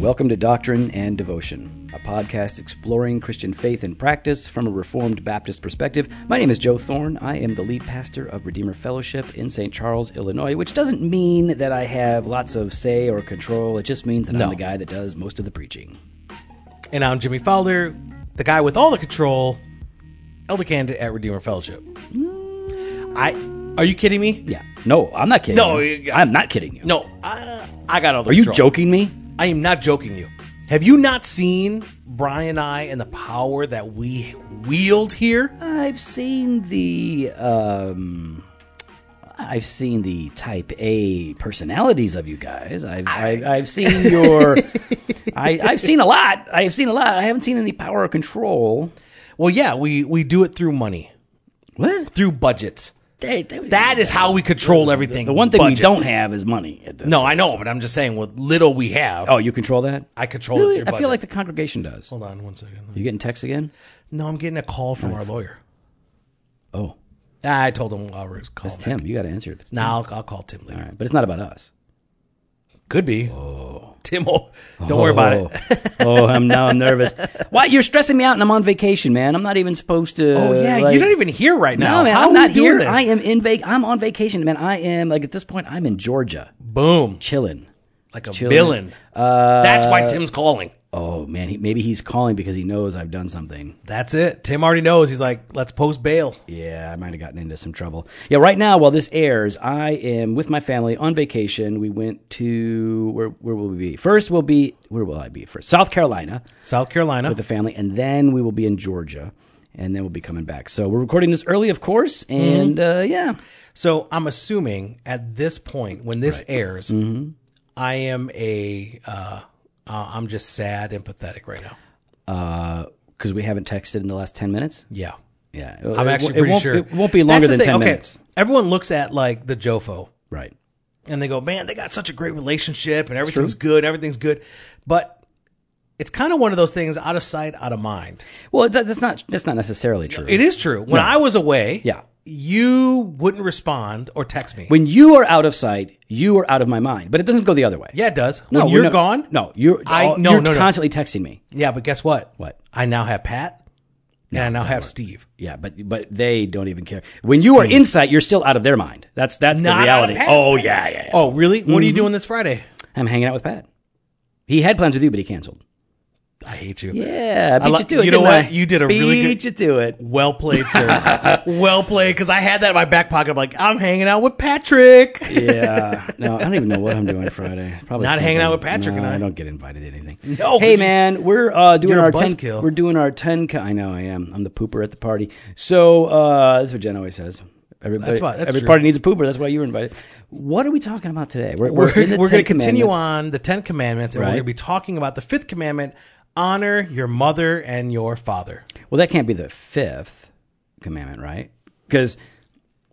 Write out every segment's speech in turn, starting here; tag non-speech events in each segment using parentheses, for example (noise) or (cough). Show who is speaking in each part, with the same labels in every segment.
Speaker 1: Welcome to Doctrine and Devotion, a podcast exploring Christian faith and practice from a Reformed Baptist perspective. My name is Joe Thorne. I am the lead pastor of Redeemer Fellowship in St. Charles, Illinois, which doesn't mean that I have lots of say or control. It just means that I'm
Speaker 2: No.
Speaker 1: the guy that does most of the preaching.
Speaker 2: And I'm Jimmy Fowler, the guy with all the control, elder candidate at Redeemer Fellowship.
Speaker 1: Mm.
Speaker 2: I are you kidding me?
Speaker 1: Yeah. No, I'm not kidding.
Speaker 2: No,
Speaker 1: you.
Speaker 2: you-
Speaker 1: I'm not kidding you.
Speaker 2: No, I, I got all the
Speaker 1: Are you
Speaker 2: control.
Speaker 1: joking me?
Speaker 2: I am not joking you. Have you not seen Brian and I and the power that we wield here?
Speaker 1: I've seen the um I've seen the type A personalities of you guys. I've I, have i have seen (laughs) your I, I've seen a lot. I've seen a lot. I haven't seen any power or control.
Speaker 2: Well, yeah, we we do it through money,
Speaker 1: What?
Speaker 2: through budgets.
Speaker 1: They, they-
Speaker 2: That is how we control everything.
Speaker 1: the one thing
Speaker 2: budgets.
Speaker 1: we don't have is money at this.
Speaker 2: No, I know, but I'm just saying what little we have,
Speaker 1: Oh, you control that?
Speaker 2: I control
Speaker 1: Really?
Speaker 2: it through
Speaker 1: I
Speaker 2: budget.
Speaker 1: feel like the congregation does.
Speaker 2: Hold on one second.
Speaker 1: You getting texts again?
Speaker 2: No, I'm getting a call from our lawyer.
Speaker 1: Oh,
Speaker 2: I told him I was calling.
Speaker 1: it's Tim. You got to answer it. It's
Speaker 2: No, I'll, I'll call Tim later.
Speaker 1: all right. But it's not about us.
Speaker 2: Could be. Tim, will- don't worry about it.
Speaker 1: it. oh, I'm now I'm nervous. (laughs) Why you're stressing me out, and I'm on vacation, man. I'm not even supposed to.
Speaker 2: Oh yeah,
Speaker 1: like-
Speaker 2: you're not even here right now.
Speaker 1: No, man,
Speaker 2: How
Speaker 1: I'm
Speaker 2: are
Speaker 1: not
Speaker 2: we doing
Speaker 1: here.
Speaker 2: this?
Speaker 1: I am in vac. I'm on vacation, man. I am like at this point, I'm in Georgia,
Speaker 2: Boom,
Speaker 1: chilling.
Speaker 2: like a
Speaker 1: Chilling. Uh,
Speaker 2: villain. That's why Tim's calling.
Speaker 1: Oh man, he, maybe he's calling because he knows I've done something.
Speaker 2: That's it. Tim already knows. He's like, let's post bail.
Speaker 1: Yeah, I might have gotten into some trouble. Yeah, right now while this airs, I am with my family on vacation. We went to where? Where will we be? First, we'll be where will I be? First, South Carolina.
Speaker 2: South Carolina.
Speaker 1: with the family, and then we will be in Georgia, and then we'll be coming back. So we're recording this early, of course,
Speaker 2: Mm-hmm.
Speaker 1: and uh, yeah,
Speaker 2: so I'm assuming at this point when this airs,
Speaker 1: Mm-hmm.
Speaker 2: I am a. Uh, uh, I'm just sad and pathetic right now.
Speaker 1: because Uh, we haven't texted in the last ten minutes.
Speaker 2: Yeah,
Speaker 1: Yeah,
Speaker 2: I'm actually
Speaker 1: it
Speaker 2: pretty
Speaker 1: won't,
Speaker 2: sure
Speaker 1: it won't be longer than
Speaker 2: That's the thing.
Speaker 1: ten
Speaker 2: Okay,
Speaker 1: minutes.
Speaker 2: Everyone looks at like the Jofo.
Speaker 1: Right.
Speaker 2: and they go, man, they got such a great relationship and everything's good, everything's good. But it's kind of one of those things out of sight, out of mind.
Speaker 1: Well, that, that's not that's not necessarily true.
Speaker 2: It is true. When I was away,
Speaker 1: Yeah.
Speaker 2: you wouldn't respond or text me.
Speaker 1: when you are out of sight, you are out of my mind. But it doesn't go the other way.
Speaker 2: yeah, it does.
Speaker 1: No,
Speaker 2: when
Speaker 1: we're
Speaker 2: you're
Speaker 1: no-
Speaker 2: gone,
Speaker 1: No, you're.
Speaker 2: I-
Speaker 1: all-
Speaker 2: no,
Speaker 1: you're
Speaker 2: no, no.
Speaker 1: constantly texting me.
Speaker 2: yeah, but guess what?
Speaker 1: What?
Speaker 2: I now have Pat and I now have Steve.
Speaker 1: Yeah, but but they don't even care. When you are in sight, you're still out of their mind. That's that's
Speaker 2: Not out
Speaker 1: the
Speaker 2: of
Speaker 1: reality.
Speaker 2: Pat's
Speaker 1: Oh yeah, yeah, yeah.
Speaker 2: Oh, really? What are you doing this Friday?
Speaker 1: I'm hanging out with Pat. He had plans with you, but he canceled.
Speaker 2: I hate you.
Speaker 1: Yeah, I beat
Speaker 2: li-
Speaker 1: you to it.
Speaker 2: you know
Speaker 1: didn't
Speaker 2: what?
Speaker 1: I?
Speaker 2: You did a
Speaker 1: beat
Speaker 2: really
Speaker 1: you to it.
Speaker 2: Well played, sir. (laughs) well played, because I had that in my back pocket. I'm like, I'm hanging out with Patrick.
Speaker 1: Yeah. No, I don't even know what I'm doing Friday. Probably
Speaker 2: Not hanging
Speaker 1: something.
Speaker 2: out with Patrick
Speaker 1: No,
Speaker 2: and I.
Speaker 1: don't get invited to anything.
Speaker 2: No,
Speaker 1: Hey
Speaker 2: you-
Speaker 1: man, we're uh, doing
Speaker 2: You're a
Speaker 1: our ten.
Speaker 2: buzzkill.
Speaker 1: We're doing our ten. K I I know I am. I'm the pooper at the party. So uh, that's what Jen always says. Everybody,
Speaker 2: That's why- that's
Speaker 1: every
Speaker 2: true.
Speaker 1: party needs a pooper. That's why you were invited. What are we talking about today? We're,
Speaker 2: we're, (laughs)
Speaker 1: in the
Speaker 2: we're
Speaker 1: 10
Speaker 2: going to continue
Speaker 1: commandments.
Speaker 2: on the Ten Commandments, and
Speaker 1: Right.
Speaker 2: we're going to be talking about the fifth commandment honor your mother and your father.
Speaker 1: Well, that can't be the fifth commandment, right? Because,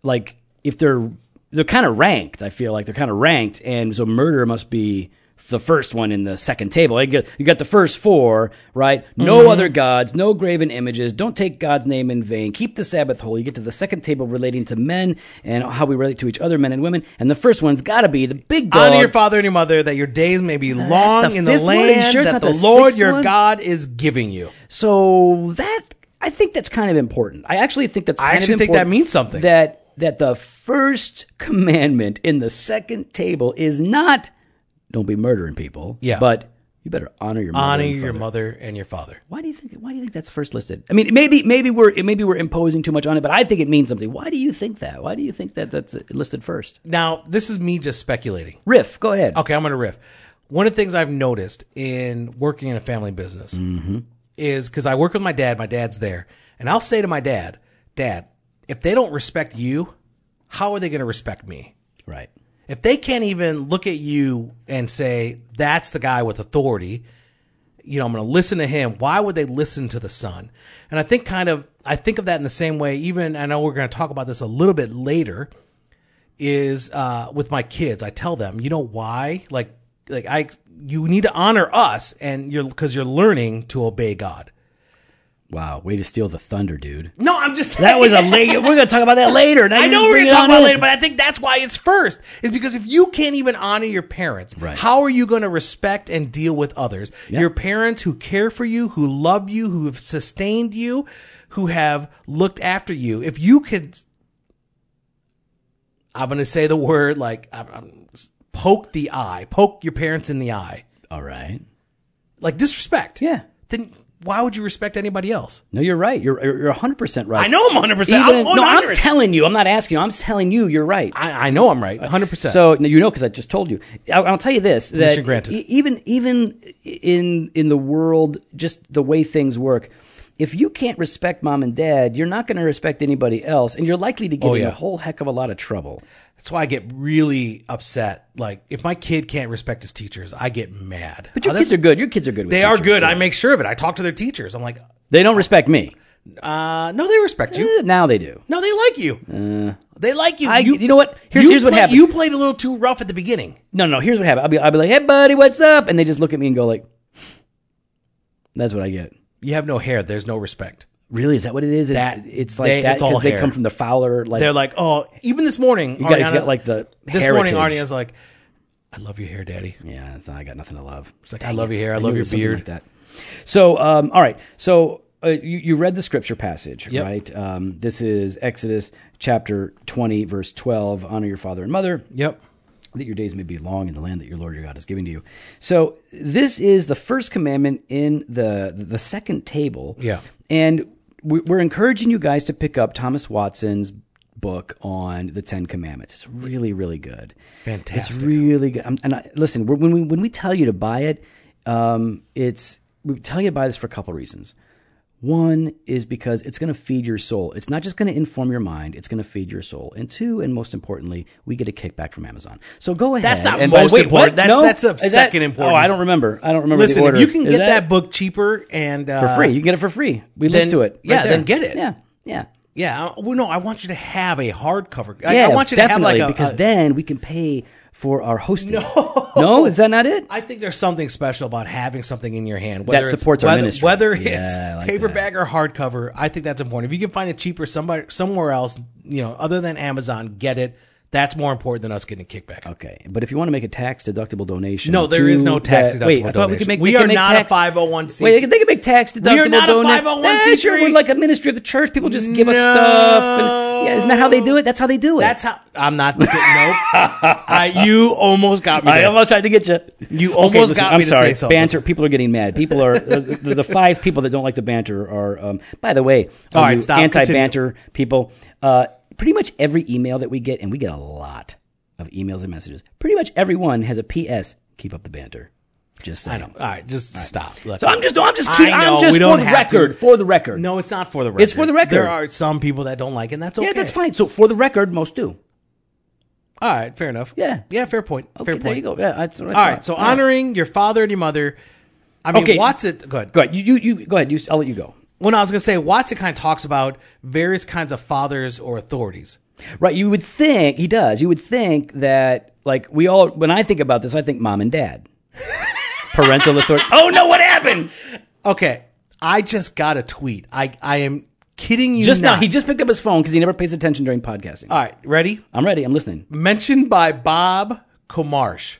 Speaker 1: like, if they're they're kind of ranked, I feel like they're kind of ranked, and so murder must be the first one in the second table. Like, You got- you got the first four, right?
Speaker 2: Mm-hmm.
Speaker 1: No other gods, no graven images. Don't take God's name in vain. Keep the Sabbath holy. You get to the second table relating to men and how we relate to each other, men and women. And the first one's got to be the big dog.
Speaker 2: Honor your father and your mother that your days may be long
Speaker 1: the
Speaker 2: in the
Speaker 1: fifth one? Are you
Speaker 2: land
Speaker 1: sure it's
Speaker 2: that
Speaker 1: not
Speaker 2: the,
Speaker 1: the
Speaker 2: Lord
Speaker 1: sixth
Speaker 2: your
Speaker 1: one?
Speaker 2: God is giving you.
Speaker 1: So that I think that's kind of important. I actually think that's. Kind
Speaker 2: actually
Speaker 1: of
Speaker 2: think that
Speaker 1: important
Speaker 2: means something.
Speaker 1: That that the first commandment in the second table is not don't be murdering people.
Speaker 2: Yeah.
Speaker 1: but you better honor your mother
Speaker 2: Honor
Speaker 1: and father.
Speaker 2: your mother and your father.
Speaker 1: Why do you think? Why do you think that's first listed? I mean, maybe maybe we're maybe we're imposing too much on it, but I think it means something. Why do you think that? Why do you think that that's listed first?
Speaker 2: Now, this is me just speculating.
Speaker 1: Riff, go ahead.
Speaker 2: Okay, I'm going to riff. One of the things I've noticed in working in a family business
Speaker 1: Mm-hmm.
Speaker 2: is because I work with my dad, my dad's there, and I'll say to my dad, Dad, if they don't respect you, how are they going to respect me?
Speaker 1: Right.
Speaker 2: If they can't even look at you and say, that's the guy with authority, you know, I'm going to listen to him. Why would they listen to the son? And I think kind of, I think of that in the same way, even, I know we're going to talk about this a little bit later, is uh, with my kids. I tell them, you know why? Like, like I, you need to honor us and you're, cause you're learning to obey God.
Speaker 1: Wow, way to steal the thunder, dude.
Speaker 2: No, I'm just
Speaker 1: That was a late.
Speaker 2: (laughs)
Speaker 1: We're gonna talk about that later. Now
Speaker 2: I
Speaker 1: you
Speaker 2: know
Speaker 1: just
Speaker 2: we're
Speaker 1: bring
Speaker 2: gonna
Speaker 1: it
Speaker 2: talk
Speaker 1: on
Speaker 2: about it
Speaker 1: in.
Speaker 2: later, but I think that's why it's first. Is because if you can't even honor your parents,
Speaker 1: Right.
Speaker 2: how are you gonna respect and deal with others? Your parents who care for you, who love you, who have sustained you, who have looked after you. If you could, I'm gonna say the word like I'm, I'm- poke the eye, poke your parents in the eye,
Speaker 1: All right.
Speaker 2: like disrespect.
Speaker 1: Yeah.
Speaker 2: Then why would you respect anybody else?
Speaker 1: No, you're right. You're you're 100 percent right.
Speaker 2: I know I'm 100. percent
Speaker 1: Even
Speaker 2: I'm
Speaker 1: in- no, I'm
Speaker 2: 100.
Speaker 1: telling you. I'm not asking. you. I'm telling you. You're right.
Speaker 2: I, I know I'm right. 100. percent
Speaker 1: So no, you know because I just told you. I, I'll tell you this: that
Speaker 2: granted.
Speaker 1: e- even even in in the world, just the way things work, if you can't respect mom and dad, you're not going to respect anybody else, and you're likely to get in
Speaker 2: Oh, yeah.
Speaker 1: a whole heck of a lot of trouble.
Speaker 2: That's why I get really upset. Like if my kid can't respect his teachers, I get mad.
Speaker 1: But your kids are good. Your kids are good. With
Speaker 2: Oh, they are
Speaker 1: teachers,
Speaker 2: good.
Speaker 1: so-
Speaker 2: I make sure of it. I talk to their teachers. I'm like,
Speaker 1: They don't respect me.
Speaker 2: uh, no, they respect you.
Speaker 1: Eh, Now they do.
Speaker 2: No, they like you. they like you.
Speaker 1: Uh, I, you, know what? Here's,
Speaker 2: you
Speaker 1: here's what
Speaker 2: play-
Speaker 1: happened.
Speaker 2: You played a little too rough at the beginning.
Speaker 1: no, no. Here's what happened. I'll be, I'll be like, "Hey, buddy, what's up?" And they just look at me and go like, "That's what I get."
Speaker 2: You have no hair. There's no respect.
Speaker 1: Really? Is that what it is? It's,
Speaker 2: That-
Speaker 1: it's like
Speaker 2: they-
Speaker 1: that
Speaker 2: it's all
Speaker 1: 'cause they
Speaker 2: hair.
Speaker 1: come from the Fowler. Like
Speaker 2: They're like, oh, even this morning,
Speaker 1: you guys
Speaker 2: Ariana's-
Speaker 1: got like the
Speaker 2: this
Speaker 1: heritage.
Speaker 2: morning, Arnia's like, I love your hair, Daddy.
Speaker 1: Yeah, it's not, I got nothing to love. It's
Speaker 2: like, I love your hair, I love your beard.
Speaker 1: Like that. So, um, all right. So uh, you, you read the scripture passage, right? Um, this is Exodus chapter 20, verse 12. Honor your father and mother
Speaker 2: Yep.
Speaker 1: that your days may be long in the land that your Lord your God is giving to you. So this is the first commandment in the the second table.
Speaker 2: Yeah.
Speaker 1: and we- we're encouraging you guys to pick up Thomas Watson's book on the Ten Commandments. It's really really good.
Speaker 2: Fantastic.
Speaker 1: It's really good. Um, and I, listen, we're- when we when we tell you to buy it, um, it's we tell you to buy this for a couple reasons. One is because it's going to feed your soul. It's not just going to inform your mind. It's going to feed your soul. And two, and most importantly, we get a kickback from Amazon. So go ahead.
Speaker 2: That's not
Speaker 1: and buy-
Speaker 2: most
Speaker 1: wait,
Speaker 2: important.
Speaker 1: what?
Speaker 2: That's-
Speaker 1: No?
Speaker 2: that's of
Speaker 1: Is that-
Speaker 2: second importance.
Speaker 1: Oh, I don't remember. I don't remember.
Speaker 2: Listen,
Speaker 1: the
Speaker 2: if
Speaker 1: order.
Speaker 2: you can
Speaker 1: Is
Speaker 2: get that, book cheaper and uh,
Speaker 1: for free, you can get it for free. We
Speaker 2: then-
Speaker 1: linked to it.
Speaker 2: yeah,
Speaker 1: right there.
Speaker 2: then get it.
Speaker 1: Yeah, yeah,
Speaker 2: Yeah, I- well, no, I want you to have a hardcover. I,
Speaker 1: yeah.
Speaker 2: I want you to have
Speaker 1: definitely,
Speaker 2: like a.
Speaker 1: because
Speaker 2: a-
Speaker 1: then we can pay for our
Speaker 2: (laughs)
Speaker 1: hosting. No, is that not it?
Speaker 2: I think there's something special about having something in your hand whether it's-
Speaker 1: supports our
Speaker 2: whether,
Speaker 1: ministry.
Speaker 2: Whether
Speaker 1: Yeah,
Speaker 2: it's
Speaker 1: I like
Speaker 2: paperback or hardcover, I think that's important. If you can find it cheaper somebody somewhere else, you know, other than Amazon, get it. That's more important than us getting a kickback.
Speaker 1: Okay, but if you want to make a tax deductible donation,
Speaker 2: No, there
Speaker 1: to
Speaker 2: is no tax
Speaker 1: that- Wait,
Speaker 2: deductible
Speaker 1: I thought we
Speaker 2: donation.
Speaker 1: could make.
Speaker 2: We
Speaker 1: they can
Speaker 2: are
Speaker 1: make
Speaker 2: not a
Speaker 1: tax-
Speaker 2: 501c.
Speaker 1: Wait, they can, they can make tax deductible.
Speaker 2: We are not a
Speaker 1: donate-
Speaker 2: 501c3.
Speaker 1: Yeah, sure, we're like a ministry of the church. People just give us
Speaker 2: No.
Speaker 1: stuff. And, yeah, isn't that how they do it? That's how they do it.
Speaker 2: That's how
Speaker 1: (laughs)
Speaker 2: I'm not. nope. I, you almost got me.
Speaker 1: I
Speaker 2: there.
Speaker 1: almost tried to get you.
Speaker 2: you almost
Speaker 1: Okay, listen,
Speaker 2: got
Speaker 1: I'm
Speaker 2: me to
Speaker 1: sorry.
Speaker 2: say something.
Speaker 1: Banter. People are getting mad. People are the, the, the five people that don't like the banter are. Um, by the way, all
Speaker 2: right, stop, continue.
Speaker 1: Anti-banter people. Uh, pretty much every email that we get, and we get a lot of emails and messages. Pretty much everyone has a P.S. Keep up the banter. Just saying.
Speaker 2: I know. All right, just stop. Look.
Speaker 1: So I'm just. No, I'm just.
Speaker 2: I
Speaker 1: Kidding.
Speaker 2: know,
Speaker 1: I'm just
Speaker 2: we
Speaker 1: for
Speaker 2: don't
Speaker 1: the
Speaker 2: have to.
Speaker 1: record. For the record.
Speaker 2: No, it's not for the record.
Speaker 1: for the record.
Speaker 2: There are some people that don't like it, and that's okay.
Speaker 1: Yeah, that's fine. So for the record, most do.
Speaker 2: All right, fair enough.
Speaker 1: Yeah.
Speaker 2: Yeah, fair point. fair
Speaker 1: Okay,
Speaker 2: point.
Speaker 1: there you go. Yeah, that's what I
Speaker 2: All
Speaker 1: thought.
Speaker 2: right, so honoring your father and your mother. I mean,
Speaker 1: Okay.
Speaker 2: Watson. Good.
Speaker 1: Go ahead. You, you, you go ahead. You, I'll let you go.
Speaker 2: When I was going to say, Watson kind of talks about various kinds of fathers or authorities.
Speaker 1: Right. You would think he does. You would think that like we all. When I think about this, I think mom and (laughs) dad, parental authority. Oh no! What happened?
Speaker 2: Okay, I just got a tweet. I I am kidding you.
Speaker 1: Just now,
Speaker 2: not.
Speaker 1: he just picked up his phone because he never pays attention during podcasting.
Speaker 2: All right, ready?
Speaker 1: I'm ready. I'm listening.
Speaker 2: Mentioned by Bob Comarsh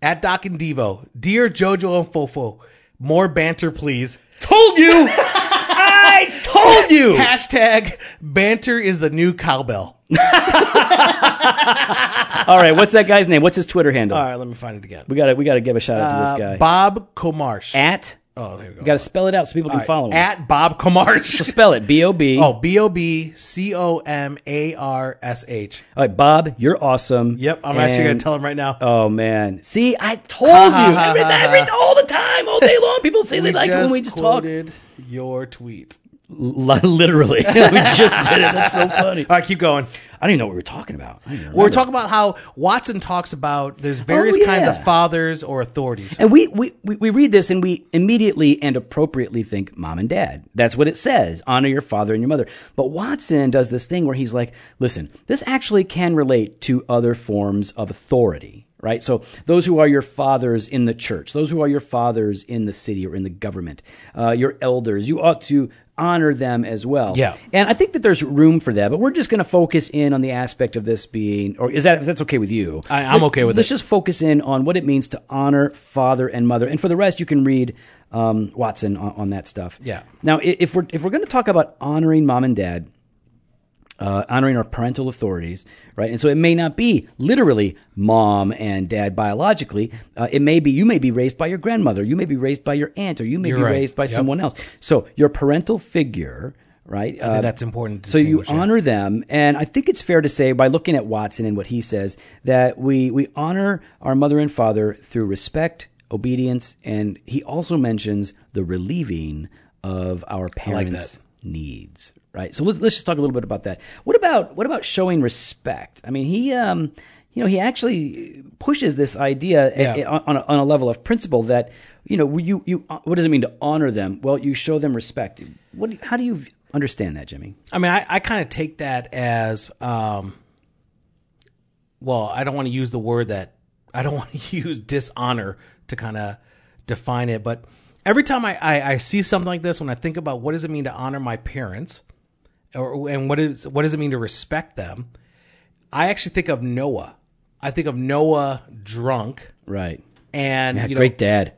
Speaker 2: at Doc and Devo. Dear JoJo and Fofo, more banter, please.
Speaker 1: Told (laughs) you. I told you.
Speaker 2: Hashtag banter is the new cowbell.
Speaker 1: All right. What's that guy's name? What's his Twitter handle?
Speaker 2: All right, let me find it again.
Speaker 1: We got to. We got to give a shout out to this guy.
Speaker 2: Uh, Bob Comarsh.
Speaker 1: At.
Speaker 2: oh, there we go.
Speaker 1: Got to spell it out so people can follow him.
Speaker 2: At Bob (laughs) Comarsh.
Speaker 1: spell it. B O B.
Speaker 2: oh, B O B C O M A R S H.
Speaker 1: All right, Bob, you're awesome.
Speaker 2: Yep, I'm actually going
Speaker 1: And-
Speaker 2: to tell him right now.
Speaker 1: Oh man! See, I told you. I read that I read all the time, all day long. People say they like it when we just talk.
Speaker 2: quoted your tweet.
Speaker 1: Li- (laughs) Literally, (laughs) we just did it. That's so funny.
Speaker 2: All right, keep going.
Speaker 1: I don't even know what we were talking about. I don't even
Speaker 2: We're
Speaker 1: remember.
Speaker 2: talking about how Watson talks about there's various kinds
Speaker 1: Oh, yeah.
Speaker 2: of fathers or authorities.
Speaker 1: And we, we, we we read this and we immediately and appropriately think mom and dad. That's what it says. Honor your father and your mother. But Watson does this thing where he's like, listen, this actually can relate to other forms of authority. right? So those who are your fathers in the church, those who are your fathers in the city or in the government, uh, your elders, you ought to honor them as well.
Speaker 2: Yeah.
Speaker 1: and I think that there's room for that, but we're just going to focus in on the aspect of this being, or is that if that's okay with you?
Speaker 2: I- I'm okay with
Speaker 1: Let's just focus in on what it means to honor father and mother, and for the rest, you can read um, Watson on, on that stuff.
Speaker 2: Yeah.
Speaker 1: Now, i- if we're if we're going to talk about honoring mom and dad uh, honoring our parental authorities, right? And so it may not be literally mom and dad biologically. Uh, it may be you may be raised by your grandmother, you may be raised by your aunt, or you may be
Speaker 2: right.
Speaker 1: raised by
Speaker 2: Yep.
Speaker 1: someone else. So your parental figure, right? uh,
Speaker 2: that's important to
Speaker 1: so you
Speaker 2: distinguish, yeah.
Speaker 1: honor them, and I think it's fair to say by looking at Watson and what he says that we we honor our mother and father through respect, obedience, and he also mentions the relieving of our parents' needs. Right. So let's let's just talk a little bit about that. What about what about showing respect? I mean, he um you know he actually pushes this idea a-
Speaker 2: Yeah.
Speaker 1: on, on a, on a level of principle that you know you you what does it mean to honor them? Well, you show them respect. What do you- how do you understand that, Jimmy?
Speaker 2: I mean, I, I kind of take that as, um, well, I don't want to use the word that I don't (laughs) want to use dishonor to kind of define it, but every time I, I, I see something like this, when I think about what does it mean to honor my parents, or and what is what does it mean to respect them, I actually think of Noah. I think of Noah drunk,
Speaker 1: Right.
Speaker 2: and
Speaker 1: Yeah,
Speaker 2: you know,
Speaker 1: great dad.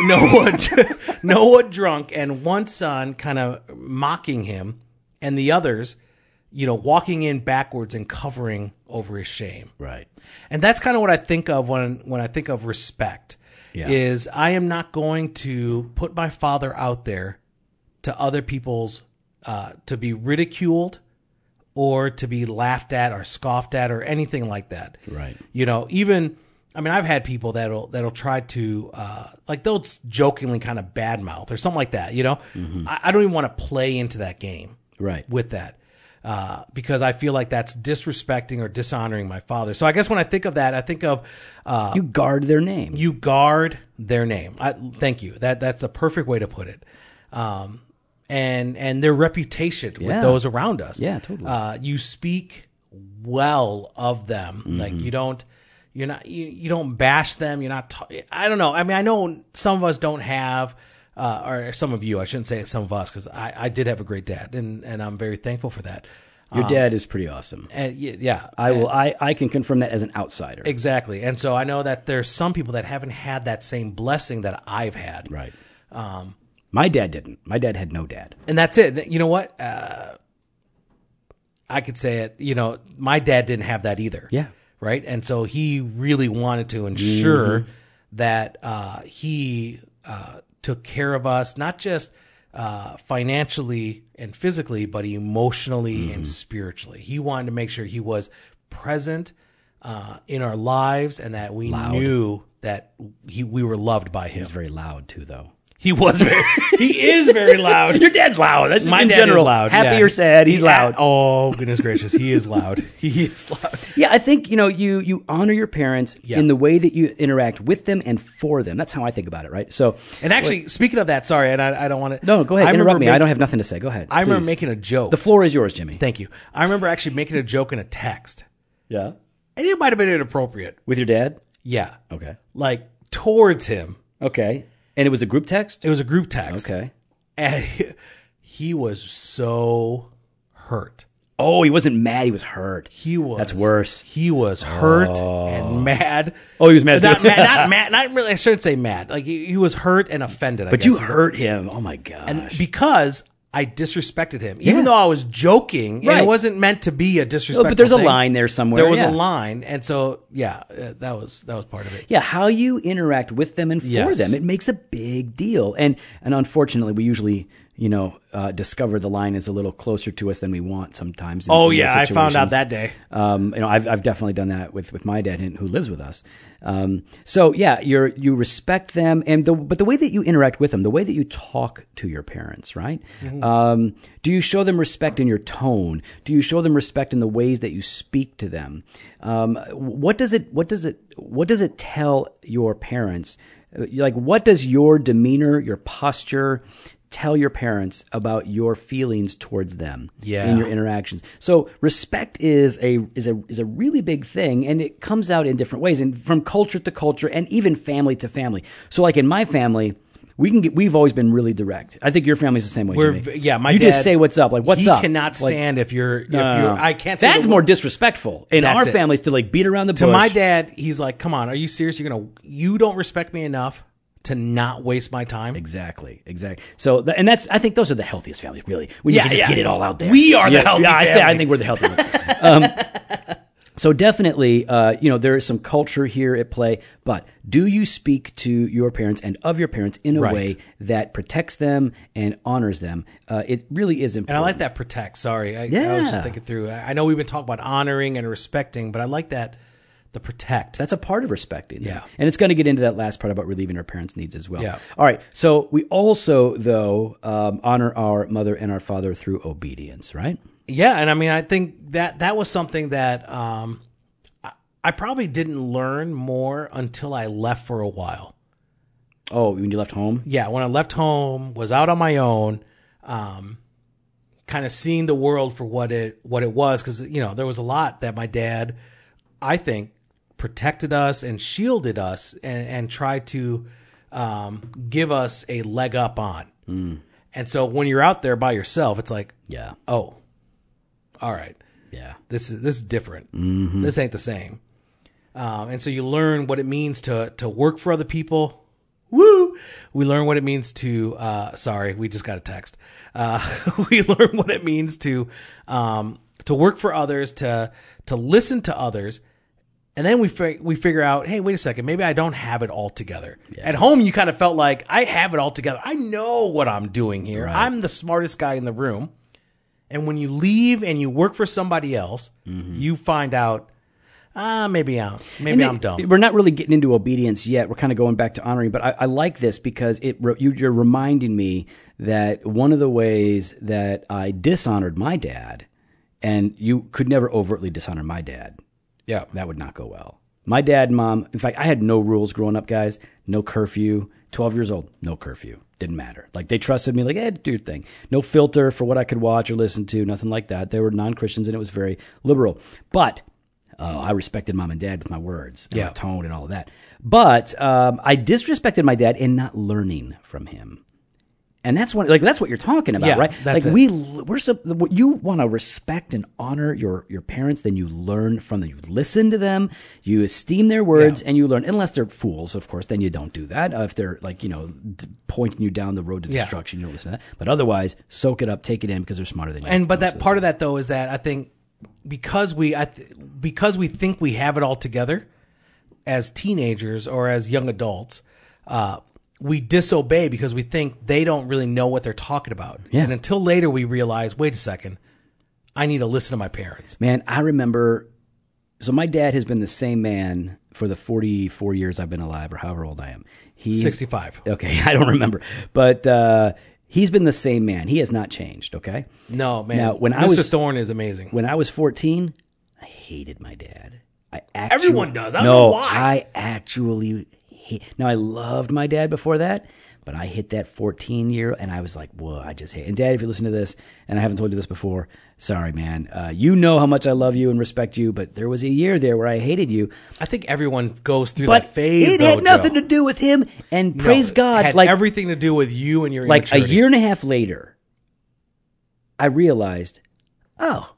Speaker 2: Noah, (laughs) Noah drunk, and one son kind of mocking him, and the others, you know, walking in backwards and covering over his shame.
Speaker 1: Right.
Speaker 2: And that's kind of what I think of when when I think of respect.
Speaker 1: Yeah.
Speaker 2: Is I am not going to put my father out there to other people's uh, to be ridiculed or to be laughed at or scoffed at or anything like that.
Speaker 1: Right.
Speaker 2: You know, even I mean, I've had people that'll that'll try to uh, like they'll s- jokingly kind of badmouth or something like that. You know, I, I don't even want to play into that game
Speaker 1: Right.
Speaker 2: with that uh, because I feel like that's disrespecting or dishonoring my father. So I guess when I think of that, I think of uh,
Speaker 1: you guard their name.
Speaker 2: you guard their name. I, thank you. That that's the perfect way to put it. Um, and and their reputation
Speaker 1: Yeah.
Speaker 2: with those around us.
Speaker 1: Yeah, totally.
Speaker 2: Uh, you speak well of them.
Speaker 1: Mm-hmm.
Speaker 2: Like you don't. You're not you, you don't bash them. You're not. ta- I don't know. I mean, I know some of us don't have, uh, or some of you. I shouldn't say some of us because I, I did have a great dad, and and I'm very thankful for that. Uh,
Speaker 1: Your dad is pretty awesome.
Speaker 2: And y- yeah,
Speaker 1: I will. I, I can confirm that as an outsider.
Speaker 2: Exactly. And so I know that there's some people that haven't had that same blessing that I've had.
Speaker 1: right. Um, my dad didn't. My dad had no dad.
Speaker 2: And that's it. You know what? Uh, I could say it, you know, my dad didn't have that either.
Speaker 1: Yeah.
Speaker 2: Right. And so he really wanted to ensure that uh, he uh, took care of us, not just uh, financially and physically, but emotionally and spiritually. He wanted to make sure he was present uh, in our lives and that we knew that he, we were loved by him.
Speaker 1: He's very loud too, though.
Speaker 2: He was very, (laughs) he is very loud.
Speaker 1: Your dad's loud. That's just
Speaker 2: My
Speaker 1: in
Speaker 2: dad
Speaker 1: general.
Speaker 2: is loud.
Speaker 1: Happy
Speaker 2: yeah.
Speaker 1: or sad, he's
Speaker 2: He-
Speaker 1: loud.
Speaker 2: Oh goodness gracious, he is loud. (laughs) He is loud.
Speaker 1: Yeah, I think you know you you honor your parents in the way that you interact with them and for them. That's how I think about it, right? So
Speaker 2: And actually, speaking of that, sorry, and I, I don't want to.
Speaker 1: no, go ahead.
Speaker 2: I
Speaker 1: interrupt
Speaker 2: remember
Speaker 1: me. I
Speaker 2: make-
Speaker 1: don't have nothing to say. Go ahead.
Speaker 2: I remember
Speaker 1: please.
Speaker 2: making a joke.
Speaker 1: the floor is yours, Jimmy.
Speaker 2: Thank you. I remember actually making a joke in a text,
Speaker 1: yeah,
Speaker 2: and it might have been inappropriate.
Speaker 1: with your dad.
Speaker 2: Yeah,
Speaker 1: Okay.
Speaker 2: like towards him.
Speaker 1: Okay. And it was a group text.
Speaker 2: It was a group text,
Speaker 1: Okay.
Speaker 2: and (laughs) he, he was so hurt.
Speaker 1: Oh, he wasn't mad. He was hurt.
Speaker 2: He was.
Speaker 1: That's worse.
Speaker 2: He was hurt and mad.
Speaker 1: Oh, he was mad
Speaker 2: Not
Speaker 1: too. (laughs)
Speaker 2: mad. Not mad. Not really. I shouldn't say mad. Like he, he was hurt and offended. I
Speaker 1: But
Speaker 2: guess
Speaker 1: you
Speaker 2: is the
Speaker 1: hurt him. Oh my gosh.
Speaker 2: because I disrespected him, even
Speaker 1: Yeah.
Speaker 2: though I was joking and
Speaker 1: Right.
Speaker 2: it wasn't meant to be a disrespectful.
Speaker 1: Oh, but there's a
Speaker 2: thing.
Speaker 1: line there somewhere.
Speaker 2: There was
Speaker 1: yeah.
Speaker 2: a line, and so yeah, uh, that was that was part of it.
Speaker 1: Yeah, how you interact with them and for
Speaker 2: Yes.
Speaker 1: them, it makes a big deal. And and unfortunately, we usually you know uh, discover the line is a little closer to us than we want sometimes. in-
Speaker 2: Oh
Speaker 1: in those
Speaker 2: yeah, I found out
Speaker 1: situations.
Speaker 2: that day.
Speaker 1: Um, you know, I've, I've definitely done that with, with my dad and who lives with us. Um, so yeah, you're, you respect them and the, but the way that you interact with them, the way that you talk to your parents, right? Um, do you show them respect in your tone? Do you show them respect in the ways that you speak to them? Um, what does it, what does it, what does it tell your parents? Uh, Like, what does your demeanor, your posture, tell your parents about your feelings towards them
Speaker 2: Yeah.
Speaker 1: in your interactions. So respect is a is a is a really big thing, and it comes out in different ways, and from culture to culture, and even family to family. So, like in my family, we can get, we've always been really direct. I think your family's the same way.
Speaker 2: We're,
Speaker 1: Jimmy.
Speaker 2: yeah, my
Speaker 1: you just
Speaker 2: dad-
Speaker 1: say what's up, like what's
Speaker 2: he
Speaker 1: up.
Speaker 2: cannot
Speaker 1: Like,
Speaker 2: stand if you're. If
Speaker 1: no, no,
Speaker 2: you're
Speaker 1: no.
Speaker 2: I can't. Say
Speaker 1: That's
Speaker 2: the
Speaker 1: more
Speaker 2: word.
Speaker 1: disrespectful in
Speaker 2: That's
Speaker 1: our
Speaker 2: it.
Speaker 1: families to like beat around the
Speaker 2: To
Speaker 1: bush.
Speaker 2: my dad, he's like, "Come on, are you serious? You're gonna you don't respect me enough to not waste my time."
Speaker 1: Exactly, exactly. So, th- and that's I think those are the healthiest families, really. When you
Speaker 2: Yeah,
Speaker 1: can just
Speaker 2: yeah.
Speaker 1: get it all out there,
Speaker 2: We are the healthy
Speaker 1: I, thi- I
Speaker 2: family.
Speaker 1: think we're the healthy. ones. um,
Speaker 2: (laughs)
Speaker 1: so definitely, uh, you know, there is some culture here at play. But do you speak to your parents and of your parents in a
Speaker 2: Right.
Speaker 1: way that protects them and honors them? Uh, it really is
Speaker 2: And I
Speaker 1: important.
Speaker 2: like that protect. Sorry, I, I was
Speaker 1: Yeah.
Speaker 2: just thinking through. I I know we've been talking about honoring and respecting, but I like that the protect.
Speaker 1: That's a part of respecting. them.
Speaker 2: Yeah.
Speaker 1: And it's going to get into that last part about relieving our parents' needs as well.
Speaker 2: Yeah.
Speaker 1: All right. So we also, though, um, honor our mother and our father through obedience, right?
Speaker 2: Yeah, and I mean, I think that that was something that um, I, I probably didn't learn more until I left for a while.
Speaker 1: Oh, when you left home?
Speaker 2: Yeah, when I left home, was out on my own, um, kind of seeing the world for what it what it was, because you know there was a lot that my dad, I think, protected us and shielded us and, and tried to um, give us a leg up on. And so when you're out there by yourself, it's like,
Speaker 1: Yeah.
Speaker 2: oh, all right.
Speaker 1: Yeah.
Speaker 2: this is this is different. This ain't the same. Um, and so you learn what it means to to work for other people. Woo! We learn what it means to. Uh, sorry, we just got a text. Uh, (laughs) we learn what it means to um, to work for others, to to listen to others, and then we fi- we figure out, hey, wait a second, maybe I don't have it all together. At home, you kind of felt like I have it all together. I know what I'm doing here. I'm the smartest guy in the room. And when you leave and you work for somebody else,
Speaker 1: Mm-hmm.
Speaker 2: you find out, ah, maybe I'm maybe I'm
Speaker 1: it-
Speaker 2: dumb.
Speaker 1: We're not really getting into obedience yet. We're kind of going back to honoring, but I, I like this because it re- you, you're reminding me that one of the ways that I dishonored my dad, and you could never overtly dishonor my dad.
Speaker 2: yeah,
Speaker 1: That would not go well. My dad and mom, in fact, I had no rules growing up, guys. No curfew. 12 years old, no curfew. Didn't matter. Like, they trusted me, like, eh, do your thing. No filter for what I could watch or listen to, nothing like that. They were non Christians and it was very liberal. But uh, I respected mom and dad with my words and my
Speaker 2: Yeah.
Speaker 1: tone and all of that. But um, I disrespected my dad in not learning from him. And that's what, like, that's what you're talking about,
Speaker 2: Yeah,
Speaker 1: right? like,
Speaker 2: that's it.
Speaker 1: we we we're sup- what you want to respect and honor your your parents then you learn from them you listen to them you esteem their words and you learn unless they're fools of course then you don't do that Uh, if they're like you know d- pointing you down the road to
Speaker 2: Yeah.
Speaker 1: destruction you don't listen to that but otherwise soak it up take it in because they're smarter than you
Speaker 2: and but that part of that though is that I think because we I th- because we think we have it all together as teenagers or as young adults, uh, we disobey because we think they don't really know what they're talking about.
Speaker 1: Yeah.
Speaker 2: And until later, we realize, wait a second, I need to listen to my parents.
Speaker 1: Man, I remember. So my dad has been the same man for the 44 years I've been alive, or however old I am. He's
Speaker 2: 65.
Speaker 1: Okay, (laughs) I don't remember, but uh, he's been the same man. He has not changed. Okay.
Speaker 2: No man.
Speaker 1: Now, when
Speaker 2: Mr.
Speaker 1: I was-
Speaker 2: Thorne is amazing.
Speaker 1: When I was 14, I hated my dad. I actu-
Speaker 2: Everyone does. I don't
Speaker 1: no,
Speaker 2: know why.
Speaker 1: I actually hate. Now I loved my dad before that, but I hit that 14 year, and I was like, "Whoa, I just hate." And Dad, if you listen to this, and I haven't told you this before, sorry, man. Uh, you know how much I love you and respect you, but there was a year there where I hated you.
Speaker 2: I think everyone goes through
Speaker 1: But
Speaker 2: that phase.
Speaker 1: it
Speaker 2: though,
Speaker 1: had nothing
Speaker 2: Joe.
Speaker 1: to do with him. And
Speaker 2: No,
Speaker 1: praise
Speaker 2: it
Speaker 1: God,
Speaker 2: had
Speaker 1: like
Speaker 2: everything to do with you and your
Speaker 1: like
Speaker 2: immaturity.
Speaker 1: a year and a half later, I realized, oh,